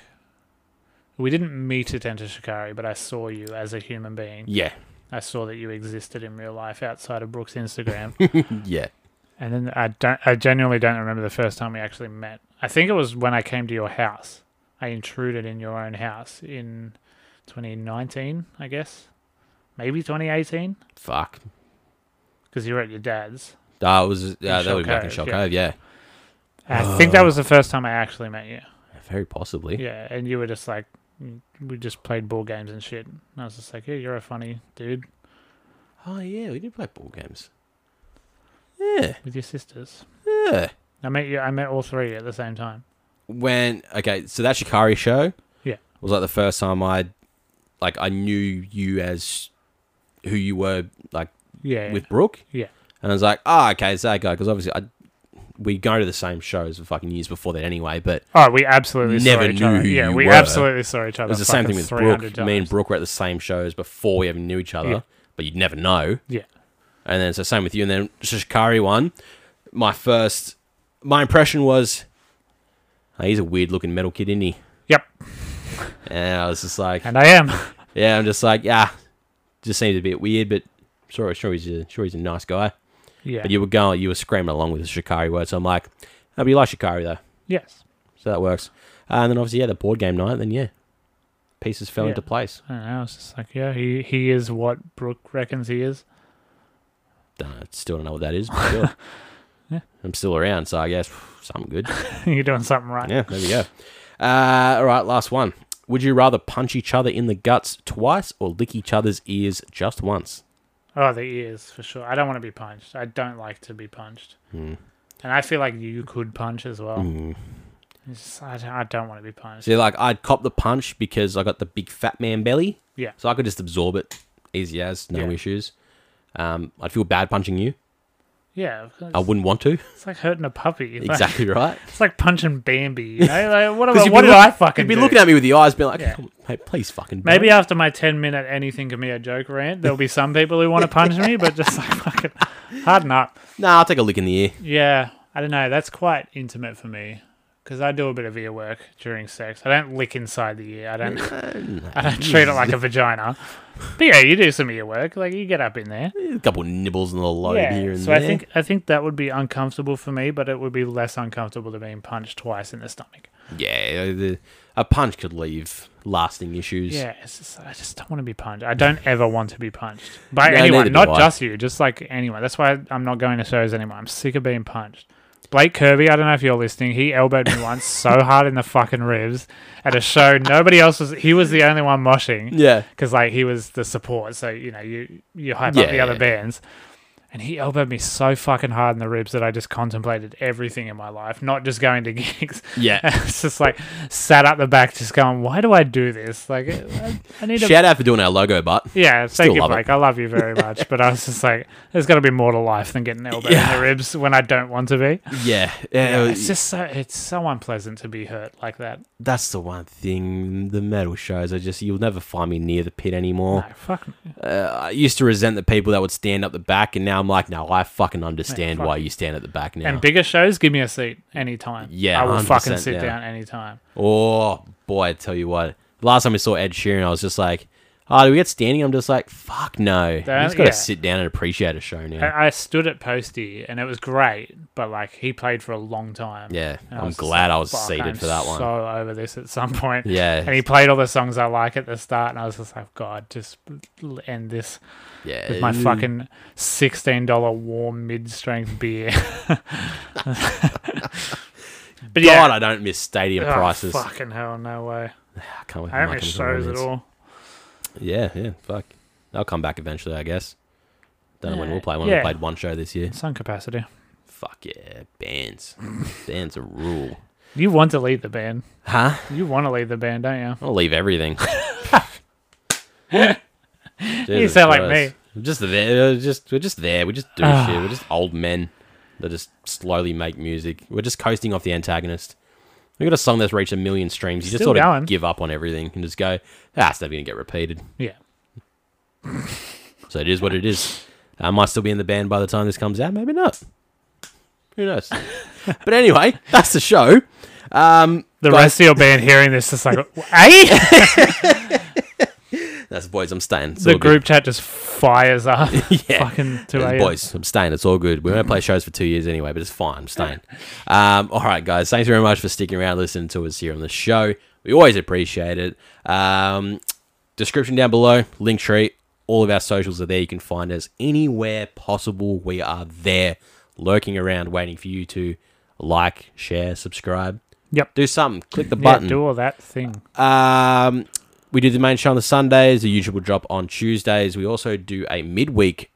S2: we didn't meet at Enter Shikari, but I saw you as a human being.
S1: Yeah,
S2: I saw that you existed in real life outside of Brooks' Instagram,
S1: yeah.
S2: and then I don't. I genuinely don't remember the first time we actually met. I think it was when I came to your house. I intruded in your own house in 2019, I guess, maybe 2018,
S1: Fuck.
S2: because you were at your dad's.
S1: That was uh, that
S2: Shell
S1: would be back in
S2: Cove,
S1: Shell
S2: yeah.
S1: Cove, yeah.
S2: I think that was the first time I actually met you.
S1: Very possibly.
S2: Yeah, and you were just like, mm, we just played ball games and shit. And I was just like, yeah, you're a funny dude
S1: Oh yeah, we did play ball games. Yeah,
S2: with your sisters.
S1: yeah.
S2: I met you. I met all three at the same time.
S1: When okay, so that Shikari show,
S2: Yeah.
S1: was like the first time I, like, I knew you as who you were, like
S2: Yeah,
S1: with Brooke.
S2: Yeah.
S1: and I was like, ah, okay, it's that guy because obviously I, we go to the same shows for fucking years before that anyway. But
S2: Oh, we absolutely saw
S1: Never
S2: each
S1: knew
S2: other.
S1: who
S2: yeah,
S1: you
S2: we
S1: were.
S2: absolutely saw each other.
S1: it was the same thing
S2: fucking
S1: with
S2: 300
S1: Brooke. Me and
S2: times.
S1: Brooke were at the same shows before we even knew each other,
S2: Yeah.
S1: but you'd never know.
S2: Yeah.
S1: And then it's the same with you. And then Shikari one, my first, my impression was, oh, he's a weird looking metal kid, isn't he?
S2: Yep.
S1: And I was just like,
S2: And I am.
S1: yeah, I'm just like, yeah, just seems a bit weird, but sure, sure he's a, sure he's a nice guy.
S2: Yeah.
S1: But you were going, you were screaming along with the Shikari words. So I'm like, oh, but you like Shikari though,
S2: yes.
S1: so that works. Uh, and then obviously, yeah, the board game night. Then yeah, pieces fell
S2: Yeah.
S1: into place.
S2: I don't know. I was just like, yeah, he, he is what Brooke reckons he is.
S1: Don't know, Uh, still don't know what that is. But sure.
S2: Yeah.
S1: I'm still around, so I guess something good.
S2: You're doing something right.
S1: Yeah, there we go. Uh, all right, last one. Would you rather punch each other in the guts twice or lick each other's ears just once?
S2: Oh, the ears, for sure. I don't want to be punched. I don't like to be punched.
S1: Hmm.
S2: And I feel like you could punch as well.
S1: Mm.
S2: It's just- I, don't, I don't want to be punched.
S1: See, like I'd cop the punch because I got the big fat man belly.
S2: Yeah.
S1: So I could just absorb it easy as, no
S2: Yeah.
S1: issues. Um, I'd feel bad punching you.
S2: Yeah, of course.
S1: I wouldn't want to.
S2: It's like hurting a puppy. Like-
S1: Exactly right.
S2: it's like punching Bambi. You know? Like, what
S1: 'Cause
S2: about,
S1: you'd
S2: what
S1: be
S2: did
S1: look-
S2: I fucking
S1: You'd be
S2: do?
S1: looking at me with your eyes, being like,
S2: Yeah.
S1: "Come on, "Hey, please, fucking." don't."
S2: Maybe after my 10 minute anything can be a joke rant, there'll be some people who want to punch me, but just like fucking harden up.
S1: Nah, I'll take a lick in the ear.
S2: Yeah, I don't know. That's quite intimate for me because I do a bit of ear work during sex. I don't lick inside the ear. I don't. I don't treat it like a vagina. But yeah, you do some ear work. Like you get up in there.
S1: A couple nibbles on the lobe here
S2: Yeah.
S1: and
S2: So
S1: there.
S2: I think I think that would be uncomfortable for me, but it would be less uncomfortable than being punched twice in the stomach.
S1: Yeah, the, a punch could leave lasting issues.
S2: Yeah, it's just, I just don't want to be punched. I don't ever want to be punched by
S1: No, neither
S2: anyone,
S1: do
S2: not
S1: I.
S2: just you, just like anyone. That's why I'm not going to shows anymore. I'm sick of being punched. Blake Kirby, I don't know if you're listening. He elbowed me once so hard in the fucking ribs at a show. Nobody else was. He was the only one moshing
S1: Yeah.
S2: because like he was the support. So you know you you hype
S1: Yeah,
S2: up the
S1: yeah,
S2: other
S1: yeah.
S2: bands. And he elbowed me so fucking hard in the ribs that I just contemplated everything in my life, not just going to gigs.
S1: Yeah.
S2: it's just like sat up the back, just going, "Why do I do this? Like, I, I need to."
S1: Shout out for doing our logo, but
S2: Yeah,
S1: Still
S2: thank you,
S1: love it.
S2: Blake. I love you very much, but I was just like, "There's got to be more to life than getting elbowed in
S1: Yeah.
S2: the ribs when I don't want to be."
S1: yeah, yeah, uh,
S2: It's just so it's so unpleasant to be hurt like that.
S1: that's the one thing. The metal shows are just you'll never find me near the pit anymore.
S2: No, fuck. no.
S1: Uh, I used to resent the people that would stand up the back, and now I'm like, no, I fucking understand
S2: fuck
S1: why
S2: it.
S1: you stand at the back now.
S2: And bigger shows, give me a seat anytime.
S1: Yeah,
S2: I will fucking
S1: 100%
S2: sit
S1: now.
S2: down anytime.
S1: oh boy, I tell you what. Last time we saw Ed Sheeran, I was just like, oh, do we get standing? I'm just like, fuck no. You
S2: That-
S1: just gotta
S2: yeah.
S1: sit down and appreciate a show now.
S2: I, I stood at Posty, and it was great, but like he played for a long time.
S1: yeah,
S2: Um, And I
S1: I'm
S2: was just
S1: glad I was
S2: Fuck,
S1: seated
S2: I'm
S1: for that one.
S2: So over this at some point.
S1: yeah,
S2: and he played all the songs I like at the start, and I was just like, God, just l- end this
S1: yeah. mm.
S2: with my fucking sixteen dollar warm mid strength beer. but
S1: God,
S2: yeah,
S1: I don't miss stadium
S2: oh,
S1: prices.
S2: fucking hell, no way.
S1: I can't wait for
S2: I don't
S1: my
S2: miss
S1: computer
S2: shows at
S1: to
S2: all.
S1: release. Yeah, yeah, fuck. They'll come back eventually, I guess. Don't know when
S2: Yeah,
S1: we'll play. When
S2: yeah.
S1: we played one show this year.
S2: In some capacity,
S1: Fuck yeah, bands. bands are rule.
S2: you want to lead the band.
S1: Huh?
S2: You want to lead the band, don't you?
S1: I'll leave everything. Jesus
S2: sound like
S1: Christ. We're just there. We're just we're just there. We just do
S2: Ah.
S1: shit. We're just old men that just slowly make music. We're just coasting off the antagonist. We got a song that's reached a million streams. You just
S2: Still
S1: sort
S2: going.
S1: of give up on everything and just go, ah, it's never gonna get repeated.
S2: Yeah.
S1: So it is what it is. I might still be in the band by the time this comes out. Maybe not. Who knows? but anyway, that's the show. Um,
S2: The
S1: Guys-
S2: rest of your band hearing this is like, eh?
S1: That's boys. I'm staying. It's
S2: the
S1: all good.
S2: group chat just fires up.
S1: Yeah.
S2: Fucking two
S1: It's
S2: a.m.
S1: boys, I'm staying. It's all good. We won't play shows for two years anyway, but it's fine. I'm staying. Um, all right, guys. Thanks very much for sticking around, listening to us here on the show. We always appreciate it. Um, description down below, link tree. All of our socials are there. You can find us anywhere possible. We are there, lurking around, waiting for you to like, share, subscribe.
S2: Yep.
S1: Do something. Click the
S2: Yeah,
S1: button.
S2: do all that thing.
S1: Um, we do the main show on the Sundays. The YouTube will drop on Tuesdays. We also do a midweek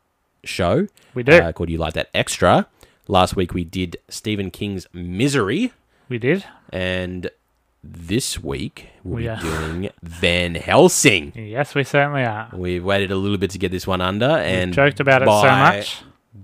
S1: show
S2: We do.
S1: uh, called You Like That Extra. Last week we did Stephen King's Misery,
S2: we did.
S1: and this week we'll
S2: We
S1: be
S2: are.
S1: doing Van Helsing.
S2: Yes, we certainly are.
S1: We've waited a little bit to get this one under, and
S2: Joked about it so
S1: by
S2: much.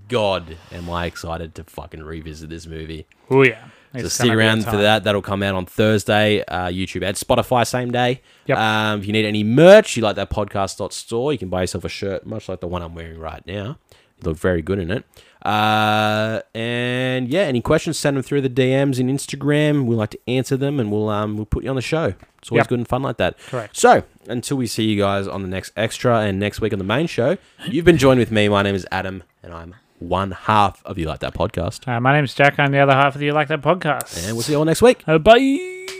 S1: God, am I excited to fucking revisit this movie?
S2: Oh yeah.
S1: So
S2: It's
S1: stick
S2: gonna be a
S1: around for
S2: time.
S1: that. That'll come out on Thursday. Uh, YouTube and Spotify same day.
S2: Yep.
S1: Um, if you need any merch, you like that podcast.store, you can buy yourself a shirt, much like the one I'm wearing right now. You look very good in it. Uh, and yeah, any questions, send them through the DMs in Instagram. We like to answer them and we'll um, we'll put you on the show. It's always
S2: Yep.
S1: good and fun like that.
S2: Correct.
S1: So until we see you guys on the next extra and next week on the main show, you've been joined with me. My name is Adam and I'm one half of You Like That Podcast.
S2: Uh, my name's Jack. I'm the other half of the You Like That podcast.
S1: And we'll see you all next week.
S2: Uh, bye.